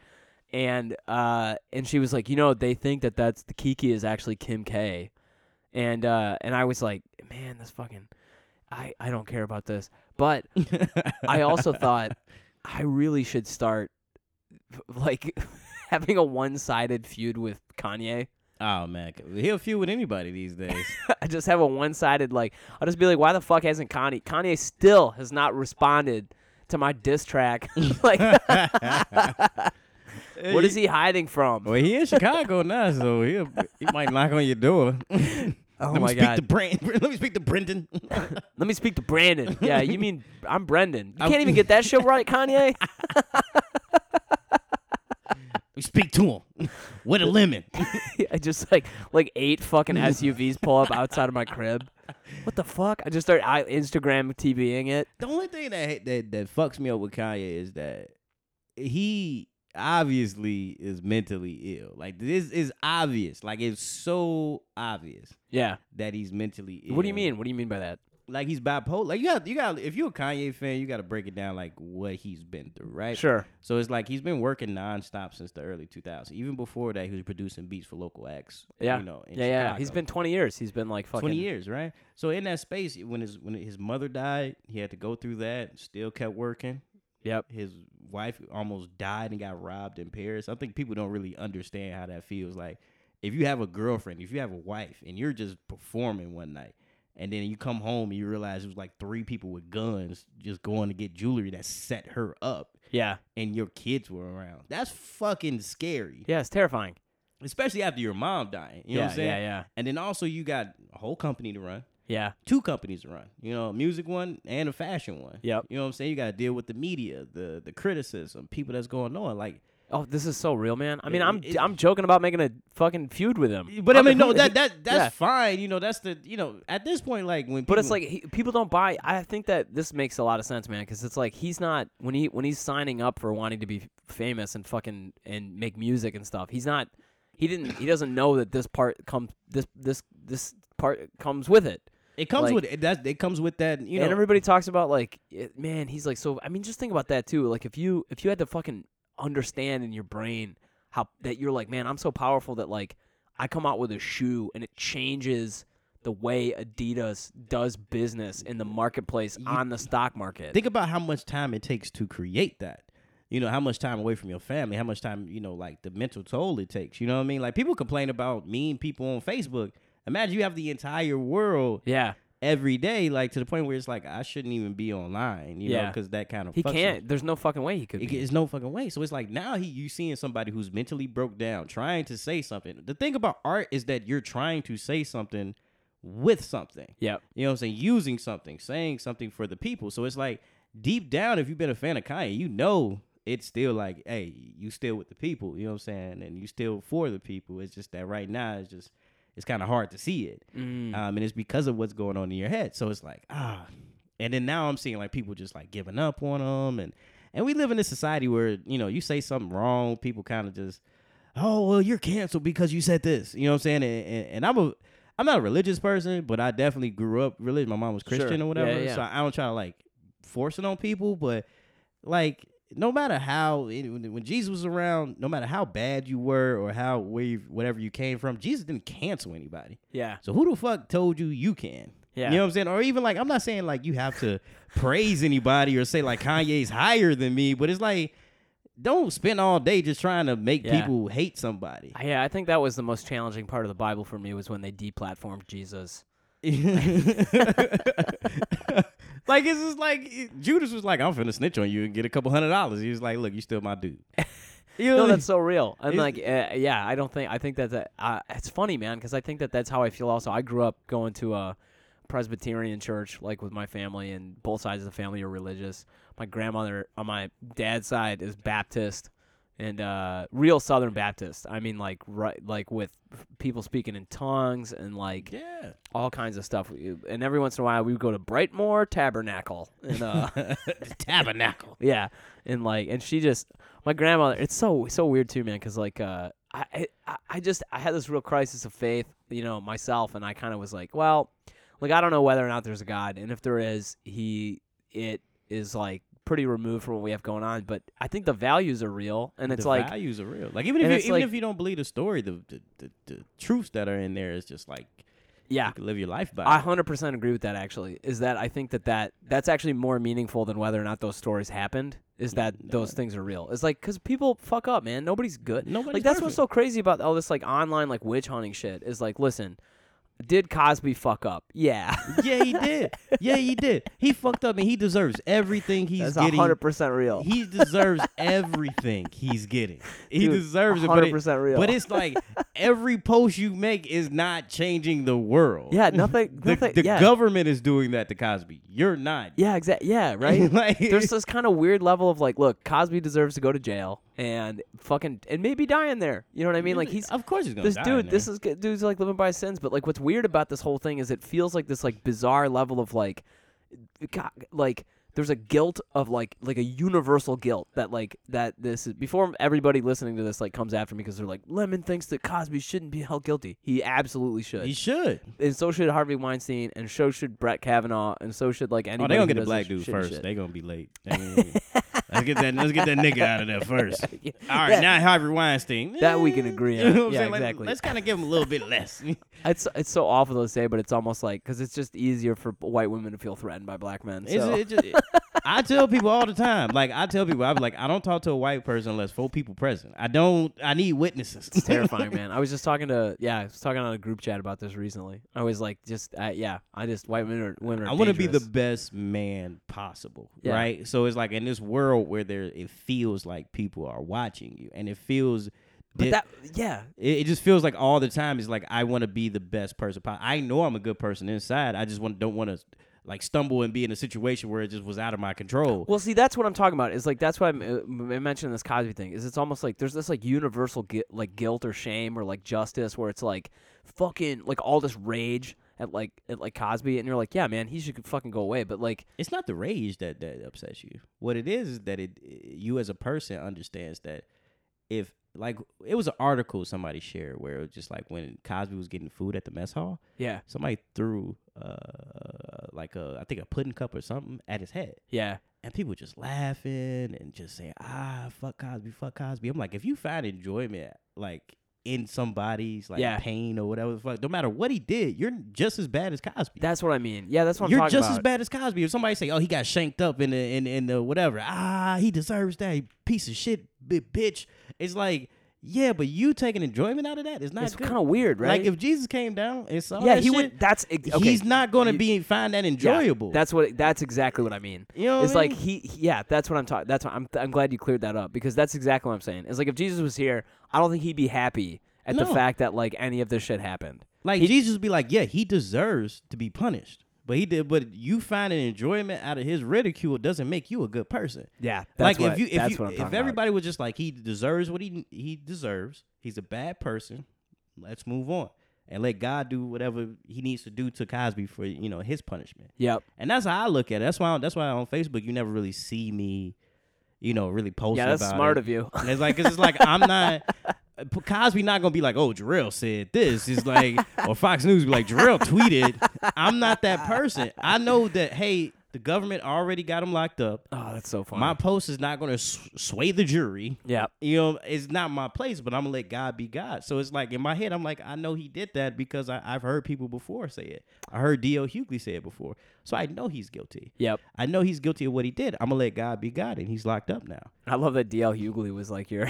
Speaker 1: and uh, and she was like, you know, they think that that's the Kiki is actually Kim K, and uh, and I was like, man, this fucking, I I don't care about this, but I also thought I really should start like having a one-sided feud with Kanye.
Speaker 2: oh man, he'll feud with anybody these days.
Speaker 1: I just have a one-sided like I'll just be like, why the fuck hasn't Kanye? Kanye still has not responded to my diss track. like, what is he hiding from?
Speaker 2: Well, he in Chicago now, so he he might knock on your door.
Speaker 1: Oh
Speaker 2: Let me
Speaker 1: my
Speaker 2: speak To
Speaker 1: god.
Speaker 2: Brand- Let me speak to Brendan.
Speaker 1: Let me speak to Brandon. Yeah, you mean I'm Brendan? You can't even get that shit right, Kanye.
Speaker 2: We speak to him with a lemon.
Speaker 1: I just like like eight fucking SUVs pull up outside of my crib. What the fuck? I just start I, Instagram TVing it.
Speaker 2: the only thing that that that fucks me up with Kanye is that he obviously is mentally ill. Like this is obvious. Like it's so obvious
Speaker 1: Yeah.
Speaker 2: that he's mentally ill.
Speaker 1: What do you mean? What do you mean by that?
Speaker 2: Like he's bipolar. Like you got you got if you're a Kanye fan, you got to break it down like what he's been through, right?
Speaker 1: Sure.
Speaker 2: So it's like he's been working nonstop since the early 2000s. Even before that, he was producing beats for local acts.
Speaker 1: Yeah.
Speaker 2: you know, in
Speaker 1: yeah, yeah.
Speaker 2: Chicago.
Speaker 1: He's been 20 years. He's been like fucking
Speaker 2: 20 years, right? So in that space, when his when his mother died, he had to go through that. Still kept working.
Speaker 1: Yep.
Speaker 2: His wife almost died and got robbed in Paris. I think people don't really understand how that feels. Like if you have a girlfriend, if you have a wife, and you're just performing one night, and then you come home and you realize it was like three people with guns just going to get jewelry that set her up,
Speaker 1: Yeah.
Speaker 2: and your kids were around. That's fucking scary,
Speaker 1: Yeah, it's terrifying.
Speaker 2: especially after your mom dying. You know
Speaker 1: yeah,
Speaker 2: what I'm saying?
Speaker 1: yeah, yeah.
Speaker 2: And then also you got a whole company to run
Speaker 1: Yeah.
Speaker 2: two companies to run. You know, a music one and a fashion one.
Speaker 1: Yep.
Speaker 2: You know what I'm saying? You gotta deal with the media, the the criticism, people that's going on. Like
Speaker 1: Oh, this is so real, man. I mean,
Speaker 2: It-
Speaker 1: I'm
Speaker 2: it-
Speaker 1: I'm joking about making a fucking feud with him.
Speaker 2: But i
Speaker 1: I'm
Speaker 2: mean
Speaker 1: the-
Speaker 2: no, that that that's
Speaker 1: Yeah.
Speaker 2: fine. You know, that's the you know, at this point, like when people
Speaker 1: But it's like he, people don't buy. I think that this makes a lot of sense, man, because it's like he's not when he when he's signing up for wanting to be f- famous and fucking and make music and stuff. He's not. He didn't. He doesn't know that this part comes. This this this part comes with it.
Speaker 2: it comes
Speaker 1: like-
Speaker 2: with it that it comes with that, you know
Speaker 1: and everybody talks about like, it, man, he's like so. I mean, just think about that too. Like if you if you had to fucking understand in your brain how that you're like, man, I'm so powerful that like I come out with a shoe and it changes the way Adidas does business in the marketplace on the stock market.
Speaker 2: think about how much time it takes to create that. You know, how much time away from your family, how much time, you know, like the mental toll it takes. You know what I mean? Like people complain about mean people on Facebook. Imagine you have the entire world
Speaker 1: yeah,
Speaker 2: every day, like to the point where it's like I shouldn't even be online, you know, 'cause know,
Speaker 1: Yeah.
Speaker 2: because that kind of
Speaker 1: he
Speaker 2: fucks with-
Speaker 1: can't. There's no fucking way he could.
Speaker 2: It,
Speaker 1: be.
Speaker 2: it's no fucking way. So it's like now he you seeing somebody who's mentally broke down trying to say something. The thing about art is that you're trying to say something with something.
Speaker 1: Yep.
Speaker 2: You know what I'm saying? Using something, saying something for the people. So it's like deep down, if you've been a fan of Kanye, you know it's still like, hey, you still with the people. You know what I'm saying? And you still for the people. It's just that right now it's just it's kind of hard to see it
Speaker 1: Mm.
Speaker 2: um, and it's because of what's going on in your head. So it's like ah, and then now I'm seeing like people just like giving up on them, and and we live in this society where you know you say something wrong, people kind of just oh well you're canceled because you said this. You know what I'm saying? And, and, and I'm a I'm not a religious person, but I definitely grew up religious. My mom was
Speaker 1: Sure.
Speaker 2: Christian
Speaker 1: Yeah,
Speaker 2: or whatever,
Speaker 1: yeah.
Speaker 2: so I don't try to like force it on people, but like. No matter how it- when when Jesus was around, no matter how bad you were or how where you, whatever you came from, Jesus didn't cancel anybody.
Speaker 1: yeah.
Speaker 2: So who the fuck told you you can?
Speaker 1: Yeah.
Speaker 2: You know what I'm saying? Or even like I'm not saying like you have to praise anybody or say like Kanye's higher than me, but it's like don't spend all day just trying to make
Speaker 1: Yeah.
Speaker 2: people hate somebody.
Speaker 1: Yeah, I think that was the most challenging part of the Bible for me was when they deplatformed Jesus.
Speaker 2: like it's just like Judas was like, I'm finna snitch on you and get a couple hundred dollars. He was like, Look, you still my dude. You know,
Speaker 1: No, that's so real. I'm
Speaker 2: Is-
Speaker 1: like, uh, yeah, I don't think I think that's a, uh, it's funny, man, because I think that that's how I feel. Also, I grew up going to a Presbyterian church, like with my family, and both sides of the family are religious. My grandmother on my dad's side is Baptist, and uh, real Southern Baptist. I mean, like right, like with people speaking in tongues and like
Speaker 2: yeah.
Speaker 1: all kinds of stuff. And every once in a while, we would go to Brightmoor Tabernacle, and uh,
Speaker 2: the tabernacle.
Speaker 1: Yeah, and like, and she just, my grandmother. It's so so weird too, man. Because like, uh, I I- I just I had this real crisis of faith, you know, myself, and I kind of was like, well, like I don't know whether or not there's a God, and if there is, he it is like pretty removed from what we have going on. But I think the values are real, and it's
Speaker 2: the
Speaker 1: like,
Speaker 2: values are real. Like even if
Speaker 1: and
Speaker 2: you,
Speaker 1: it's
Speaker 2: even
Speaker 1: like-
Speaker 2: if you don't believe the story, the the, the the truths that are in there is just like
Speaker 1: yeah.
Speaker 2: you can live your life by.
Speaker 1: I
Speaker 2: it.
Speaker 1: hundred percent agree with that. Actually, is that I think that, that that's actually more meaningful than whether or not those stories happened. Is that those things are real? It's like because people fuck up, man. Nobody's good.
Speaker 2: Nobody's
Speaker 1: like that's what's
Speaker 2: perfect.
Speaker 1: so crazy about all this like online like witch hunting shit. Is like, listen, did Cosby fuck up? Yeah,
Speaker 2: yeah, he did. Yeah, he did. He fucked up and he deserves everything he's
Speaker 1: that's
Speaker 2: getting.
Speaker 1: hundred percent real.
Speaker 2: He deserves everything he's getting. He
Speaker 1: Dude,
Speaker 2: deserves it. but it-
Speaker 1: 100% real.
Speaker 2: But it's like every post you make is not changing the world.
Speaker 1: yeah, nothing.
Speaker 2: The,
Speaker 1: nothing.
Speaker 2: the
Speaker 1: yeah.
Speaker 2: government is doing that to Cosby. You're not.
Speaker 1: yeah, exactly. Yeah, right.
Speaker 2: Like-
Speaker 1: There's this kind of weird level of like, look, Cosby deserves to go to jail and fucking and maybe die in there. You know what I mean? Like he's
Speaker 2: of course he's gonna
Speaker 1: this
Speaker 2: die
Speaker 1: dude
Speaker 2: in
Speaker 1: this
Speaker 2: there.
Speaker 1: is good- dude's like living by his sins but like what's weird about this whole thing is it feels like this like bizarre level of like God, like there's a guilt of like like a universal guilt that like that this is before everybody listening to this like comes after me because they're like lemon thinks that cosby shouldn't be held guilty he absolutely should
Speaker 2: he should.
Speaker 1: and so should harvey weinstein and so should brett kavanaugh and so should like anybody
Speaker 2: Oh, they
Speaker 1: who
Speaker 2: gonna
Speaker 1: does
Speaker 2: get the
Speaker 1: this
Speaker 2: black dude
Speaker 1: shitty
Speaker 2: first.
Speaker 1: shit.
Speaker 2: They gonna be late. They gonna- let's get that. Let's get that nigga out of there first.
Speaker 1: Yeah.
Speaker 2: All right,
Speaker 1: Yeah.
Speaker 2: now Harvey Weinstein.
Speaker 1: That we can agree
Speaker 2: You
Speaker 1: on.
Speaker 2: know what I'm
Speaker 1: Yeah,
Speaker 2: saying? Like,
Speaker 1: exactly.
Speaker 2: let's kind of give him a little bit less.
Speaker 1: it's it's so awful to say but it's almost like because it's just easier for white women to feel threatened by black men
Speaker 2: It's,
Speaker 1: so.
Speaker 2: it just, I tell people all the time. Like I tell people, I'm like, I don't talk to a white person unless four people present. I don't. I need witnesses.
Speaker 1: It's terrifying, man. I was just talking to yeah, I was talking on a group chat about this recently. I was like, just uh, yeah, I just white women are women are.
Speaker 2: I want to be the
Speaker 1: dangerous.
Speaker 2: best man possible,
Speaker 1: Yeah.
Speaker 2: right? So it's like in this world where there, it feels like people are watching you, and it feels.
Speaker 1: But
Speaker 2: di-
Speaker 1: that yeah,
Speaker 2: it, it just feels like all the time it's like I want to be the best person. po- I know I'm a good person inside. I just want don't want to like stumble and be in a situation where it just was out of my control.
Speaker 1: Well, see, that's what I'm talking about. Is like that's why I'm, uh, I mentioned this Cosby thing. Is it's almost like there's this like universal gu- like guilt or shame or like justice where it's like fucking like all this rage at like at like Cosby, and you're like, yeah, man, he should fucking go away. But like,
Speaker 2: it's not the rage that that upsets you. What it is is that it you as a person understands that if like it was an article somebody shared where it was just like when Cosby was getting food at the mess hall,
Speaker 1: yeah,
Speaker 2: somebody threw uh like a I think a pudding cup or something at his head.
Speaker 1: yeah,
Speaker 2: And people just laughing and just saying, ah, fuck Cosby, fuck Cosby. I'm like, if you find enjoyment like in somebody's like
Speaker 1: Yeah.
Speaker 2: pain or whatever the fuck, no matter what he did, you're just as bad as Cosby.
Speaker 1: that's what I mean. Yeah, that's what
Speaker 2: You're
Speaker 1: I'm talking
Speaker 2: just
Speaker 1: about.
Speaker 2: as bad as Cosby. If somebody say, "Oh, he got shanked up in the in in the whatever," ah, he deserves that he piece of shit, bi- bitch. It's like, yeah, but you taking enjoyment out of that is not
Speaker 1: It's
Speaker 2: good.
Speaker 1: kind of weird, right?
Speaker 2: Like if Jesus came down and saw
Speaker 1: yeah,
Speaker 2: that
Speaker 1: he
Speaker 2: shit,
Speaker 1: would. That's ex- okay.
Speaker 2: he's not going
Speaker 1: You-
Speaker 2: to be find that
Speaker 1: Yeah,
Speaker 2: enjoyable.
Speaker 1: that's what. That's exactly what I mean.
Speaker 2: you know, what
Speaker 1: it's
Speaker 2: I
Speaker 1: like
Speaker 2: mean?
Speaker 1: he, he- yeah, that's what I'm talking. That's what I'm. I'm glad you cleared that up because that's exactly what I'm saying. It's like if Jesus was here, I don't think he'd be happy at the
Speaker 2: No.
Speaker 1: fact that like any of this shit happened.
Speaker 2: like
Speaker 1: he-
Speaker 2: Jesus would be like, yeah, he deserves to be punished, but he did. But you finding enjoyment out of his ridicule doesn't make you a good person.
Speaker 1: Yeah, that's
Speaker 2: like
Speaker 1: what,
Speaker 2: if you if
Speaker 1: that's
Speaker 2: you,
Speaker 1: what I'm
Speaker 2: if
Speaker 1: talking about.
Speaker 2: everybody was just like he deserves what he he deserves, he's a bad person. Let's move on and let God do whatever he needs to do to Cosby for you know his punishment.
Speaker 1: Yep.
Speaker 2: And that's how I look at it. That's why that's why on Facebook you never really see me, you know, really posting.
Speaker 1: Yeah, that's
Speaker 2: about
Speaker 1: smart
Speaker 2: it.
Speaker 1: of you.
Speaker 2: And it's like, cause it's like I'm not. P- Cosby not gonna be like, oh, Jarrell said this. It's like, or Fox News be like, Jarrell tweeted. I'm not that person. I know that. Hey, The government already got him locked up.
Speaker 1: Oh, that's so funny.
Speaker 2: My post is not going to sw- sway the jury.
Speaker 1: yeah.
Speaker 2: You know, it's not my place, but I'm gonna let God be God. So it's like in my head, I'm like, I know he did that because I, I've heard people before say it. I heard D.O. Hughley say it before. So I know he's guilty.
Speaker 1: Yep.
Speaker 2: I know he's guilty of what he did. I'm gonna let God be God, and he's locked up now.
Speaker 1: I love that DL Hughley was like your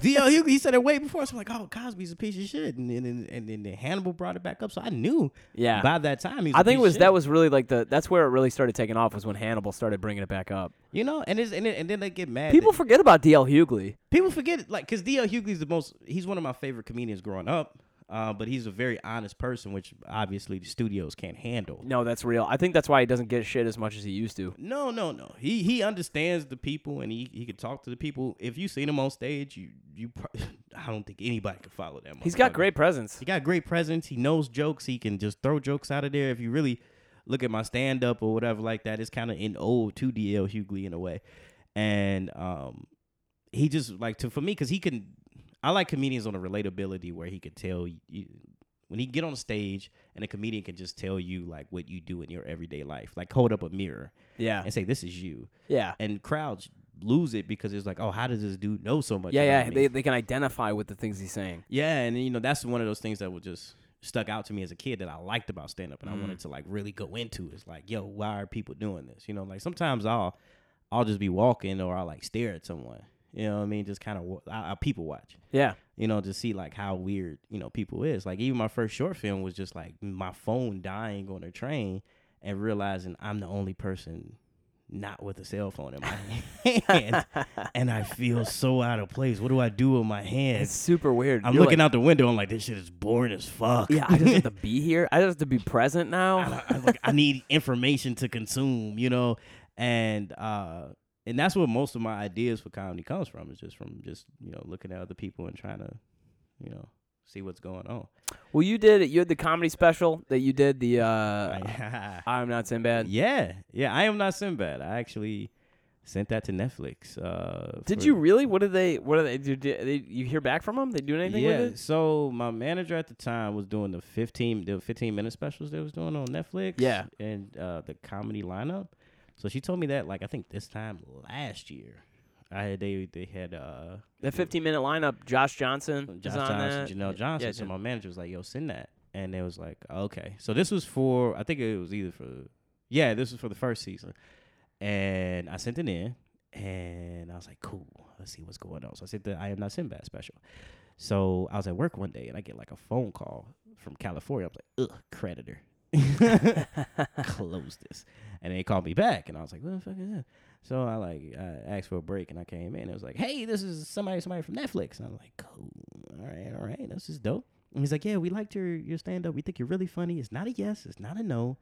Speaker 2: D.L. Hughley he said it way before. So I'm like, oh, Cosby's a piece of shit, and then and, and, then Hannibal brought it back up. So I knew.
Speaker 1: Yeah.
Speaker 2: By that time, he was
Speaker 1: I
Speaker 2: a
Speaker 1: think it
Speaker 2: piece of
Speaker 1: was
Speaker 2: shit.
Speaker 1: that was really like the that's where it really started taking off was when Hannibal started bringing it back up.
Speaker 2: you know, and it's, and, then- and then they get mad.
Speaker 1: People
Speaker 2: that-
Speaker 1: forget about DL Hughley.
Speaker 2: people forget it, like because D.L. Hughley's the most. He's one of my favorite comedians growing up. Uh, but he's a very honest person, which obviously the studios can't handle.
Speaker 1: No, that's real. I think that's why he doesn't get shit as much as he used to.
Speaker 2: No, no, no. He he understands the people, and he, he can talk to the people. If you seen him on stage, you you pro- I don't think anybody could follow that.
Speaker 1: He's got
Speaker 2: motherfucker.
Speaker 1: great presence.
Speaker 2: He got great presence. He knows jokes. He can just throw jokes out of there. If you really look at my stand up or whatever like that, it's kind of in old to DL Hughley in a way. And um, he just like to for me because he can. I like comedians on a relatability where he could tell you when he get on stage and a comedian can just tell you like what you do in your everyday life, like hold up a mirror
Speaker 1: Yeah.
Speaker 2: and say this is you,
Speaker 1: Yeah.
Speaker 2: and crowds lose it because it's like, oh, how does this dude know so much?
Speaker 1: Yeah,
Speaker 2: about
Speaker 1: yeah.
Speaker 2: me?
Speaker 1: They they can identify with the things he's saying.
Speaker 2: Yeah, and you know that's one of those things that would just stuck out to me as a kid that I liked about stand up and I wanted to like really go into. It's like, yo, why are people doing this? You know, like sometimes I'll I'll just be walking or I'll like stare at someone. You know what I mean? Just kind of I, I people watch.
Speaker 1: Yeah.
Speaker 2: You know, to see like how weird you know people is. Like even my first short film was just like my phone dying on a train and realizing I'm the only person not with a cell phone in my hand, and I feel so out of place. What do I do with my hands?
Speaker 1: It's super weird.
Speaker 2: I'm
Speaker 1: You're
Speaker 2: looking
Speaker 1: like,
Speaker 2: out the window. I'm like, this shit is boring as fuck.
Speaker 1: Yeah, I just have to be here. I just have to be present now.
Speaker 2: I, I, like, I need information to consume, you know, and uh, and that's where most of my ideas for comedy comes from. Is just from just you know looking at other people and trying to, you know, see what's going on.
Speaker 1: Well, you did. You had the comedy special that you did. The uh, I'm not Sinbad.
Speaker 2: yeah, yeah. I am not Sinbad. I actually sent that to Netflix. Uh,
Speaker 1: Did
Speaker 2: for-
Speaker 1: you really? What did they? What did they do? Did they, you hear back from them? They doing anything
Speaker 2: yeah.
Speaker 1: with it?
Speaker 2: So my manager at the time was doing the fifteen the fifteen minute specials they was doing on Netflix.
Speaker 1: Yeah.
Speaker 2: And uh, the comedy lineup. So she told me that like I think this time last year. I had they they had uh
Speaker 1: That 15 minute lineup. Josh Johnson.
Speaker 2: Josh
Speaker 1: is on
Speaker 2: Johnson,
Speaker 1: that.
Speaker 2: Janelle Johnson.
Speaker 1: Yeah,
Speaker 2: so
Speaker 1: Jan-
Speaker 2: my manager was like, "Yo, send that," and they was like, "Okay." So this was for I think it was either for yeah, this was for the first season, and I sent it in, and I was like, "Cool, let's see what's going on." So I sent the I am not Sinbad special. So I was at work one day, and I get like a phone call from California. I was like, "Ugh, creditor." Close this, and they called me back, and I was like, "What the fuck is that?" So I like I asked for a break and I came in. It was like, hey, this is somebody, somebody from Netflix. And I'm like, cool, all right, all right, this is dope. And he's like, yeah, we liked your your stand up. We think you're really funny. It's not a yes, it's not a no,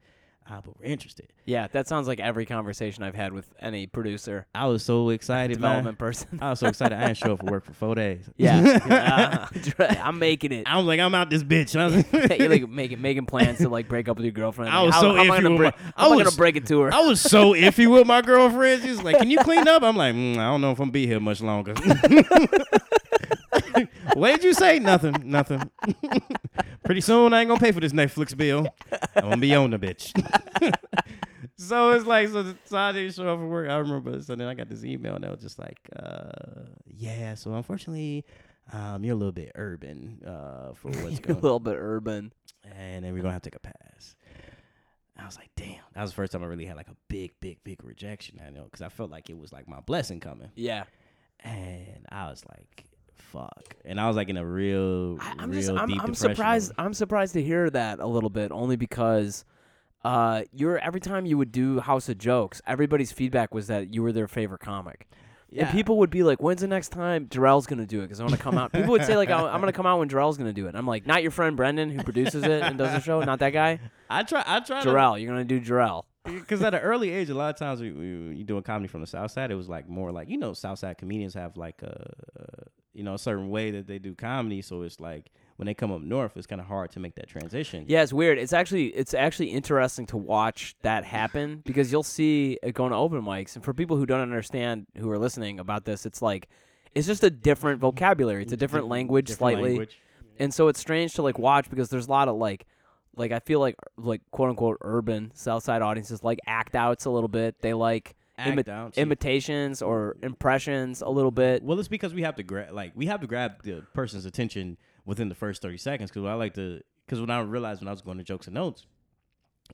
Speaker 2: uh, but we're interested.
Speaker 1: yeah, that sounds like every conversation I've had with any producer,
Speaker 2: I was so excited, man.
Speaker 1: development person.
Speaker 2: I was so excited. I didn't show up for work for four days.
Speaker 1: yeah, Uh, I'm making it.
Speaker 2: I was like, I'm out this bitch. I was,
Speaker 1: You're like making making plans to like break up with your girlfriend.
Speaker 2: I
Speaker 1: Like,
Speaker 2: was
Speaker 1: how,
Speaker 2: so
Speaker 1: how am I
Speaker 2: iffy
Speaker 1: gonna
Speaker 2: with my-
Speaker 1: break-
Speaker 2: I
Speaker 1: how am I gonna
Speaker 2: was-
Speaker 1: break it to her?
Speaker 2: I was so iffy with my girlfriend. She's like, "Can you clean up?" I'm like, mm, "I don't know if I'm be here much longer." what did you say? Nothing. Nothing. Pretty soon, I ain't gonna pay for this Netflix bill. I'm gonna be on the bitch. so it's like, so, so I didn't show up for work. I remember. So then I got this email, and I was just like, uh, "Yeah." So unfortunately. Um, you're a little bit urban uh, for what's
Speaker 1: a
Speaker 2: going
Speaker 1: little bit urban.
Speaker 2: and then we're gonna have to take a pass. I was like, damn, that was the first time I really had like a big, big, big rejection. I know because I felt like it was like my blessing coming,
Speaker 1: Yeah,
Speaker 2: and I was like, fuck, and I was like in a real,
Speaker 1: I,
Speaker 2: real
Speaker 1: I'm just I'm,
Speaker 2: deep
Speaker 1: I'm
Speaker 2: depression.
Speaker 1: surprised I'm surprised to hear that a little bit only because uh you're every time you would do House of Jokes, everybody's feedback was that you were their favorite comic.
Speaker 2: Yeah.
Speaker 1: And people would be like, "When's the next time Darrell's gonna do it?" Because I want to come out. People would say like, "I- "I'm gonna come out when Darrell's gonna do it." And I'm like, "Not your friend Brendan who produces it and does the show, not that guy.
Speaker 2: I try, I try to
Speaker 1: Darrell, you're gonna do Darrell."
Speaker 2: Because at an early age, a lot of times we, we, when you doing comedy from the South Side, it was like more like you know South Side comedians have like a uh, you know a certain way that they do comedy, so it's like when they come up north, it's kind of hard to make that transition.
Speaker 1: Yeah, it's weird. It's actually it's actually interesting to watch that happen because you'll see it going to open mics, and for people who don't understand who are listening about this, it's like it's just a different vocabulary. It's a different language
Speaker 2: Different
Speaker 1: slightly,
Speaker 2: language.
Speaker 1: and so it's strange to like watch because there's a lot of like like I feel like like quote unquote urban Southside audiences like act outs a little bit. They like
Speaker 2: Act
Speaker 1: imi-
Speaker 2: out. see.
Speaker 1: imitations or impressions a little bit.
Speaker 2: Well, it's because we have to grab like we have to grab the person's attention within the first thirty seconds. Because I like to because when I realized when I was going to jokes and notes,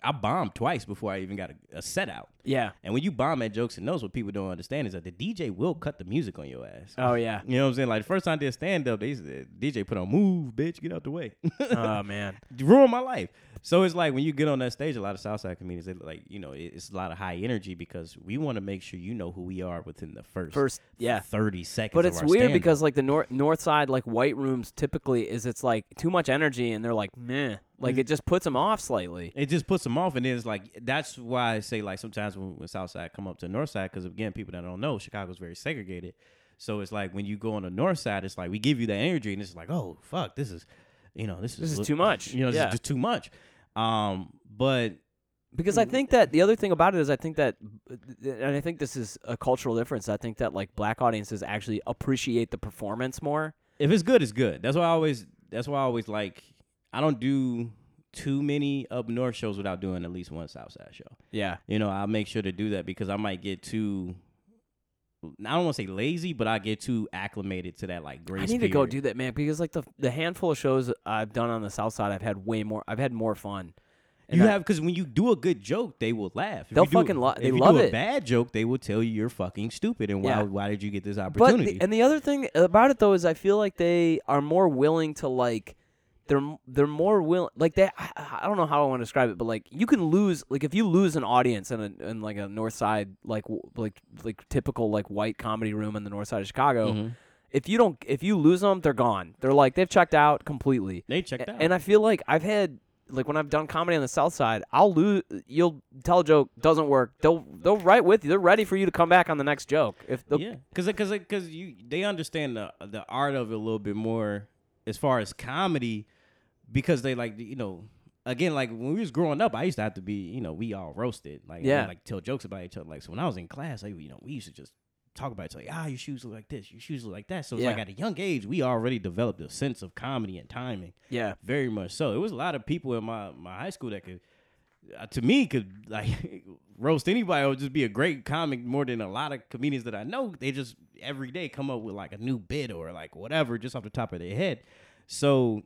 Speaker 2: I bombed twice before I even got a, a set out.
Speaker 1: Yeah.
Speaker 2: And when you bomb at jokes and notes, what people don't understand is that the DJ will cut the music on your ass.
Speaker 1: Oh yeah.
Speaker 2: You know what I'm saying? Like the first time I did stand up, they said, DJ put on move, bitch, get out the way.
Speaker 1: oh man.
Speaker 2: ruined my life. So it's like when you get on that stage, a lot of Southside comedians, they like you know, it- it's a lot of high energy because we want to make sure you know who we are within the first
Speaker 1: First yeah.
Speaker 2: thirty seconds.
Speaker 1: But
Speaker 2: of
Speaker 1: it's
Speaker 2: our
Speaker 1: weird
Speaker 2: stand-up.
Speaker 1: because like the north north side like white rooms typically is it's like too much energy and they're like meh like
Speaker 2: Mm-hmm.
Speaker 1: it just puts them off slightly.
Speaker 2: it just puts them off, and then it's like that's why I say like sometimes when, when Southside come up to North Side, because again, people that don't know, Chicago's very segregated. So it's like when you go on the North Side, it's like we give you that energy, and it's like oh fuck, this is you know this is
Speaker 1: This is too much.
Speaker 2: You know, this
Speaker 1: Yeah.
Speaker 2: is just too much. Um, but
Speaker 1: Because I think that the other thing about it is I think that, uh, and I think this is a cultural difference. I think that like black audiences actually appreciate the performance more.
Speaker 2: if it's good, it's good. That's why I always. That's why I always like. I don't do too many up north shows without doing at least one Southside show.
Speaker 1: Yeah.
Speaker 2: You know, I make sure to do that because I might get too. I don't want to say lazy, but I get too acclimated to that like grace.
Speaker 1: I need to go
Speaker 2: period.
Speaker 1: do that, man, because like the the handful of shows I've done on the South Side, I've had way more. I've had more fun. And
Speaker 2: You
Speaker 1: I-
Speaker 2: have because when you do a good joke, they will laugh. If
Speaker 1: They'll
Speaker 2: you do-
Speaker 1: fucking lo-
Speaker 2: if
Speaker 1: they
Speaker 2: you
Speaker 1: love
Speaker 2: do
Speaker 1: it.
Speaker 2: A bad joke, they will tell you you're fucking stupid and why
Speaker 1: Yeah.
Speaker 2: why did you get this
Speaker 1: but
Speaker 2: opportunity?
Speaker 1: the, and the other thing about it though is I feel like they are more willing to like. They're, they're more willing like they I, I don't know how I want to describe it but like you can lose like if you lose an audience in a in like a north side like w- like like typical like white comedy room in the north side of Chicago
Speaker 2: Mhm.
Speaker 1: if you don't if you lose them they're gone they're like they've checked out completely
Speaker 2: They checked out.
Speaker 1: and I feel like I've had like when I've done comedy on the South Side, I'll lose. You'll tell a joke doesn't work. They'll they'll right with you. They're ready for you to come back on the next joke. If the,
Speaker 2: yeah, because because because you they understand the the art of it a little bit more as far as comedy because they like you know again like when we was growing up I used to have to be you know we all roasted like
Speaker 1: Yeah.
Speaker 2: and, like tell jokes about each other like so when I was in class I you know we used to just talk about it like ah your shoes look like this your shoes look like that so it's like
Speaker 1: Yeah.
Speaker 2: at a young age we already developed a sense of comedy and timing
Speaker 1: yeah,
Speaker 2: very much so it was a lot of people in my my high school that could uh, to me could like roast anybody or just be a great comic more than a lot of comedians that I know. They just every day come up with like a new bit or like whatever just off the top of their head. So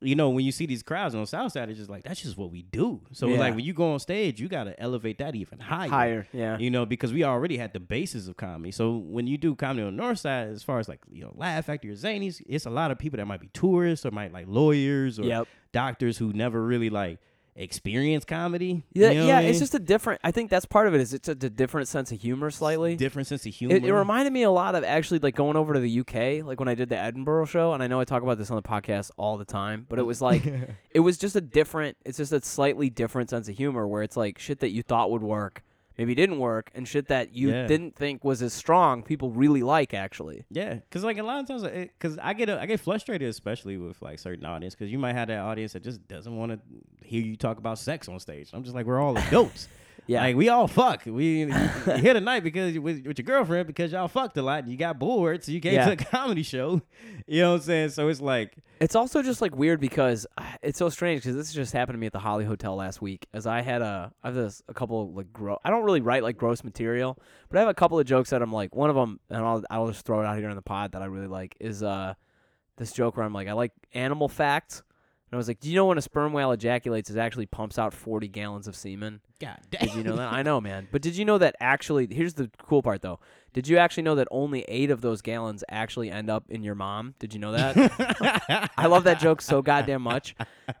Speaker 2: you know when you see these crowds on Southside, it's just like that's just what we do. So it's
Speaker 1: Yeah.
Speaker 2: like when you go on stage, you gotta elevate that even higher.
Speaker 1: higher. Yeah,
Speaker 2: You know, because we already had the basis of comedy. So when you do comedy on the north side, as far as like, you know, laugh actor or zanies, it's a lot of people that might be tourists or might like lawyers or
Speaker 1: Yep. doctors
Speaker 2: doctors who never really like experience comedy.
Speaker 1: yeah, yeah. It's just a different. I think that's part of it. Is it's a, d- different sense of humor slightly.
Speaker 2: different sense of humor.
Speaker 1: It, it reminded me a lot of actually like going over to the UK, like when I did the Edinburgh show, and I know I talk about this on the podcast all the time, but it was like it was just a different, it's just a slightly different sense of humor where it's like shit that you thought would work, maybe didn't work, and shit that you
Speaker 2: Yeah.
Speaker 1: didn't think was as strong, people really like actually.
Speaker 2: yeah, because like a lot of times, because I get uh, I get frustrated, especially with like certain audience, because you might have that audience that just doesn't want to hear you talk about sex on stage. I'm just like, we're all adults.
Speaker 1: Yeah.
Speaker 2: Like we all fuck. We you're here tonight because you- with, with your girlfriend because y'all fucked a lot and you got bored, so you came
Speaker 1: Yeah.
Speaker 2: to a comedy show. You know what I'm saying? So it's like
Speaker 1: It's also just like weird because ah, it's so strange because this just happened to me at the Holly Hotel last week. As I had a, I have this a couple of like gross. I don't really write like gross material, but I have a couple of jokes that I'm like one of them, and I'll I'll just throw it out here in the pod that I really like is uh this joke where I'm like I like animal facts, and I was like, do you know when a sperm whale ejaculates, it actually pumps out 40 gallons of semen?
Speaker 2: God
Speaker 1: Did
Speaker 2: damn.
Speaker 1: you know that? I know, man. But did you know that actually? Here's the cool part, though. Did you actually know that only eight of those gallons actually end up in your mom? Did you know that? I love that joke so goddamn much.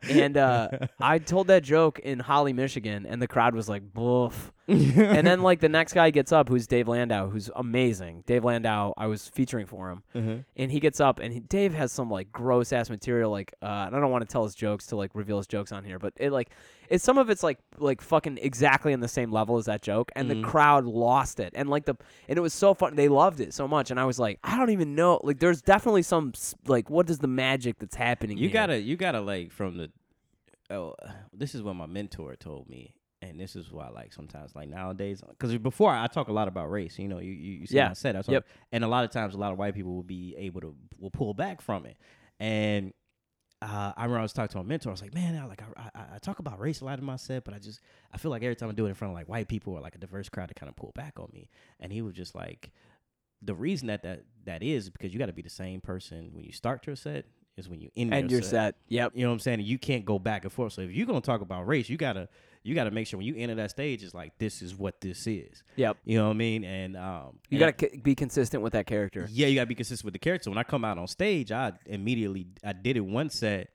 Speaker 1: And uh, I told that joke in Holly, Michigan, and the crowd was like, "Boof." and then like the next guy gets up, who's Dave Landau, who's amazing. Dave Landau, I was featuring for him,
Speaker 2: Mm-hmm.
Speaker 1: and he gets up, and he, Dave has some like gross ass material, like, uh, and I don't want to tell his jokes to like reveal his jokes on here, but it like, it's some of it's like like fucking exactly on the same level as that joke, and
Speaker 2: Mm-hmm.
Speaker 1: the crowd lost it, and like the, and it was so fun, they loved it so much, and I was like, I don't even know, like, there's definitely some s- like, what is the magic that's happening?
Speaker 2: You
Speaker 1: here?
Speaker 2: gotta, you gotta like from the. Oh, this is what my mentor told me, and this is why like sometimes like nowadays, because before I talk a lot about race. You know, you you, you see
Speaker 1: Yeah.
Speaker 2: what I said. I was
Speaker 1: Yep.
Speaker 2: and a lot of times, a lot of white people will be able to will pull back from it, and uh, I remember I was talking to my mentor. I was like, man, I, like I, I, I talk about race a lot in my set, but I just I feel like every time I do it in front of like white people or like a diverse crowd, to kind of pull back on me. And he was just like, the reason that that, that is because you got to be the same person when you start your set is when you end
Speaker 1: And
Speaker 2: your
Speaker 1: you're set. Yep.
Speaker 2: You know what I'm saying? You can't go back and forth. So if you're gonna talk about race, you gotta you gotta make sure when you enter that stage, it's like this is what this is.
Speaker 1: Yep.
Speaker 2: You know what I mean? And um,
Speaker 1: You
Speaker 2: and-
Speaker 1: got to c- be consistent with that character.
Speaker 2: yeah, you gotta be consistent with the character. When I come out on stage, I immediately I did it one set,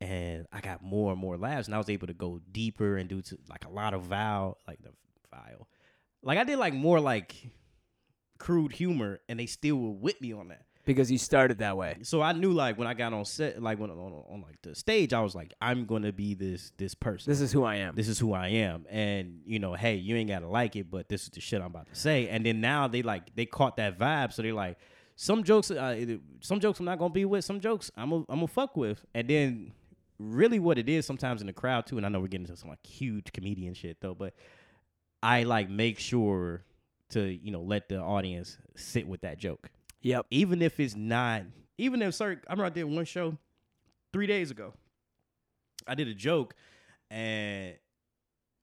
Speaker 2: and I got more and more laughs, and I was able to go deeper and do to, like a lot of vile, like the vile, like I did like more like crude humor, and they still were with me on that.
Speaker 1: Because you started that way.
Speaker 2: So I knew like when I got on set, like when on, on, on like the stage, I was like, I'm gonna be this this person.
Speaker 1: This is who I am.
Speaker 2: This is who I am, and you know, hey, you ain't gotta like it, but this is the shit I'm about to say. And then now they like they caught that vibe, so they're like, some jokes, uh, it- some jokes I'm not gonna be with, some jokes I'm a, I'm a fuck with, and then really what it is sometimes in the crowd too, and I know we're getting into some like huge comedian shit though, but I like make sure to you know let the audience sit with that joke
Speaker 1: Yep.
Speaker 2: even if it's not, even if sir, I remember I did one show three days ago. I did a joke, and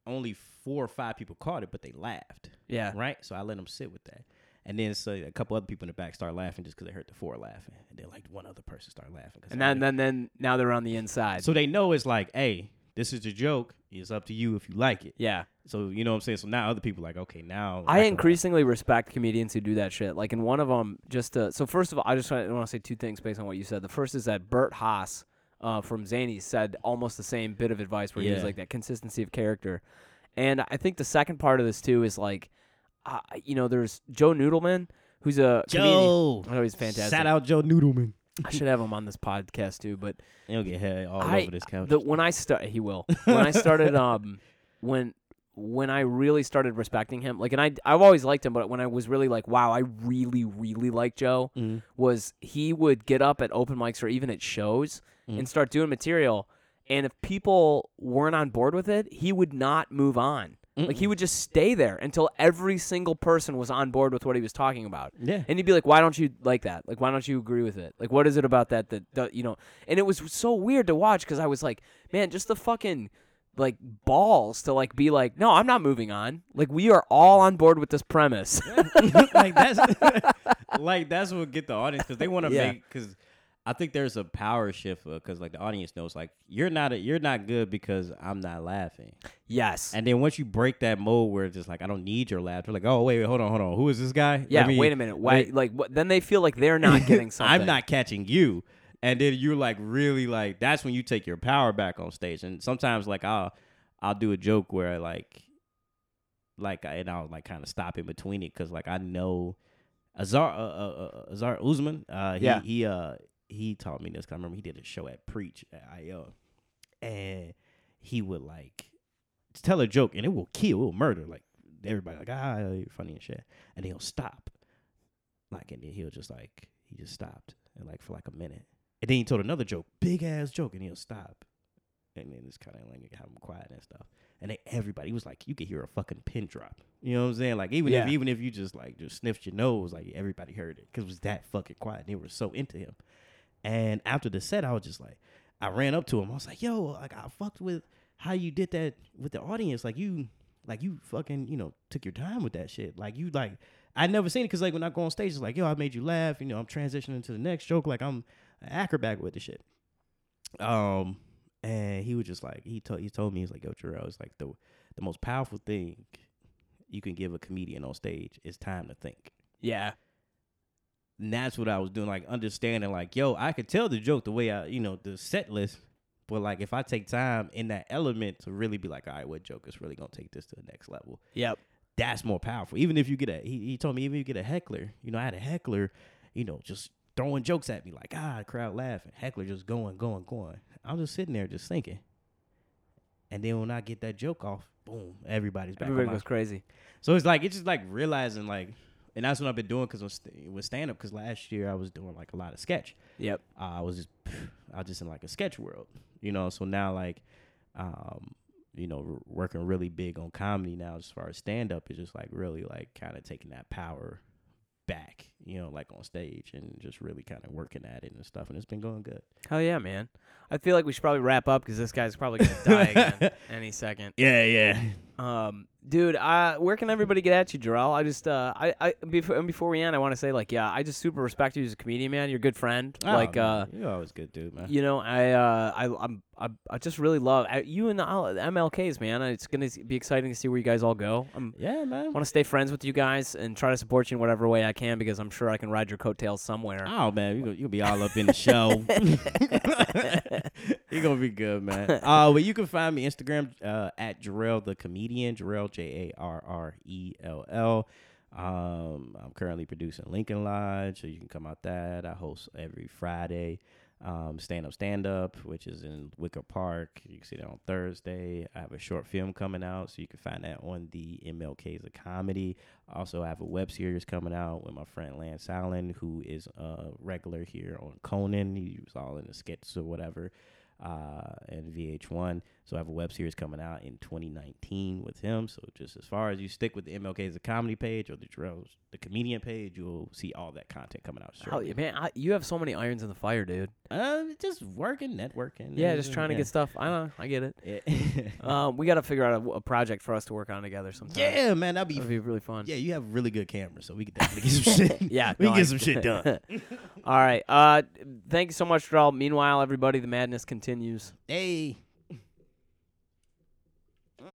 Speaker 2: only four or five people caught it, but they laughed,
Speaker 1: Yeah.
Speaker 2: right? So I let them sit with that, and then so a couple other people in the back start laughing just because they heard the four laughing, and then like one other person started laughing. 'cause
Speaker 1: And
Speaker 2: I
Speaker 1: then,
Speaker 2: did-
Speaker 1: then, then now they're on the inside.
Speaker 2: so they know it's like, hey, this is the joke. It's up to you if you like it.
Speaker 1: yeah.
Speaker 2: So you know what I'm saying. So now other people like, okay, now
Speaker 1: I
Speaker 2: can-
Speaker 1: increasingly respect comedians who do that shit. Like in one of them, just to, so first of all, I just want to say two things based on what you said. The first is that Bert Haas uh, from Zany said almost the same bit of advice where he was
Speaker 2: Yeah.
Speaker 1: like that consistency of character, and I think the second part of this too is like, uh, you know, there's Joe Noodleman who's a comedian.
Speaker 2: Joe.
Speaker 1: I know he's fantastic.
Speaker 2: Shout out Joe Noodleman.
Speaker 1: I should have him on this podcast too, but
Speaker 2: He'll get hair all
Speaker 1: I-
Speaker 2: over this couch.
Speaker 1: the, when I start, he will. When I started, um, when when I really started respecting him, like, and I I've always liked him, but when I was really like, wow, I really really like Joe,
Speaker 2: Mhm.
Speaker 1: was he would get up at open mics or even at shows
Speaker 2: Mm.
Speaker 1: and start doing material, and if people weren't on board with it, he would not move on. Like he would just stay there until every single person was on board with what he was talking about.
Speaker 2: Yeah.
Speaker 1: And you'd be like, why don't you like that? Like, why don't you agree with it? Like, what is it about that that, that you know? And it was so weird to watch because I was like, man, just the fucking like balls to like be like, no, I'm not moving on. Like, we are all on board with this premise.
Speaker 2: like that's like that's what get the audience because they want to
Speaker 1: Yeah.
Speaker 2: make because I think there's a power shift because like the audience knows like you're not a, you're not good because I'm not laughing,
Speaker 1: yes.
Speaker 2: and then once you break that mold where it's just like I don't need your laugh, they're like oh wait, wait hold on hold on who is this guy? Let
Speaker 1: yeah.
Speaker 2: me-
Speaker 1: wait a minute. Why?
Speaker 2: let me-
Speaker 1: like, what, then they feel like they're not getting something.
Speaker 2: I'm not catching you. And then you're like really like that's when you take your power back on stage. And sometimes like I'll I'll do a joke where like like I- and I'll like kind of stop in between it because like I know Azar uh, uh, uh, Azar Usman uh, he
Speaker 1: Yeah.
Speaker 2: he uh he taught me this 'cause I remember he did a show at Preach at IL and he would like tell a joke and it will kill it will murder like everybody like ah you're funny and shit and he'll stop like and then he'll just like he just stopped and like for like a minute and then he told another joke big ass joke and he'll stop and then it's kind of like have him quiet and stuff and they, everybody he was like you could hear a fucking pin drop you know what i'm saying like even if
Speaker 1: Yeah.
Speaker 2: even if you just like just sniffed your nose like everybody heard it because it was that fucking quiet and they were so into him and after the set i was just like i ran up to him i was like yo like i fucked with how you did that with the audience like you like you fucking you know took your time with that shit like you like i never seen it because like when i go on stage it's like yo i made you laugh you know i'm transitioning to the next joke like i'm an acrobat with the shit um and he was just like he told he told me he's like yo Jarrell it's like the the most powerful thing you can give a comedian on stage is time to think
Speaker 1: yeah.
Speaker 2: and that's what I was doing, like understanding, like, yo, I could tell the joke the way I, you know, the set list, but like if I take time in that element to really be like, all right, what joke is really gonna take this to the next level?
Speaker 1: Yep.
Speaker 2: That's more powerful. Even if you get a, he, he told me, even if you get a heckler, you know, I had a heckler, you know, just throwing jokes at me, like, ah, crowd laughing, heckler just going, going, going. I'm just sitting there, just thinking, and then when I get that joke off, boom, everybody's back. on
Speaker 1: Everybody
Speaker 2: my
Speaker 1: goes crazy.
Speaker 2: so it's like it's just like realizing like, and that's what I've been doing because with, st- with stand up. Because last year I was doing like a lot of sketch.
Speaker 1: Yep.
Speaker 2: Uh, I was just I was just in like a sketch world, you know. So now like, um, you know, r- working really big on comedy now as far as stand up is just like really like kind of taking that power back you know, like on stage and just really kind of working at it and stuff. And it's been going good.
Speaker 1: Hell yeah, man. I feel like we should probably wrap up because this guy's probably gonna die again any second.
Speaker 2: Yeah, yeah.
Speaker 1: Um, dude, uh, where can everybody get at you, Jarrell? I just, uh, I, I before and before we end, I want to say like, yeah, I just super respect you as a comedian, man. You're a good friend.
Speaker 2: Oh,
Speaker 1: like, uh,
Speaker 2: you're always good, dude, man.
Speaker 1: you know, I, uh, I, I'm, I, I just really love I, you and the I'll- MLKs, man. Uh, It's gonna s- be exciting to see where you guys all go. I'm,
Speaker 2: yeah, man.
Speaker 1: want to stay friends with you guys and try to support you in whatever way I can because I'm sure I can ride your coattails somewhere.
Speaker 2: Oh man, you gonna, you gonna be all up in the show. you gonna be good, man. Uh, well, you can find me Instagram uh, at Jarrell the comedian, Jarrell J A R R E L L. Um, I'm currently producing Lincoln Lodge, so you can come out that. I host every Friday. Um, stand up, stand up, which is in Wicker Park. You can see that on Thursday. I have a short film coming out, so you can find that on the MLK's of Comedy. Also, I have a web series coming out with my friend Lance Allen, who is a regular here on Conan. He was all in the skits or whatever, uh, and VH1. So I have a web series coming out in 2019 with him. So just as far as you stick with the MLK's the comedy page or the Jarrell's the comedian page, you'll see all that content coming out.
Speaker 1: Hell
Speaker 2: Shortly.
Speaker 1: yeah, man, I, you have so many irons in the fire, dude.
Speaker 2: Uh, just working, networking.
Speaker 1: Yeah,
Speaker 2: and,
Speaker 1: just
Speaker 2: uh,
Speaker 1: trying to
Speaker 2: yeah.
Speaker 1: get stuff. I know, I get it.
Speaker 2: Yeah.
Speaker 1: Um, we got to figure out a, a project for us to work on together sometime.
Speaker 2: yeah, man, that'd be.
Speaker 1: That'd be really fun.
Speaker 2: Yeah, you have really good cameras, so we could definitely get some shit.
Speaker 1: Yeah,
Speaker 2: we
Speaker 1: no,
Speaker 2: can
Speaker 1: I-
Speaker 2: get some shit done.
Speaker 1: All right. Uh, thank you so much, Jarrell. Meanwhile, everybody, the madness continues.
Speaker 2: Hey.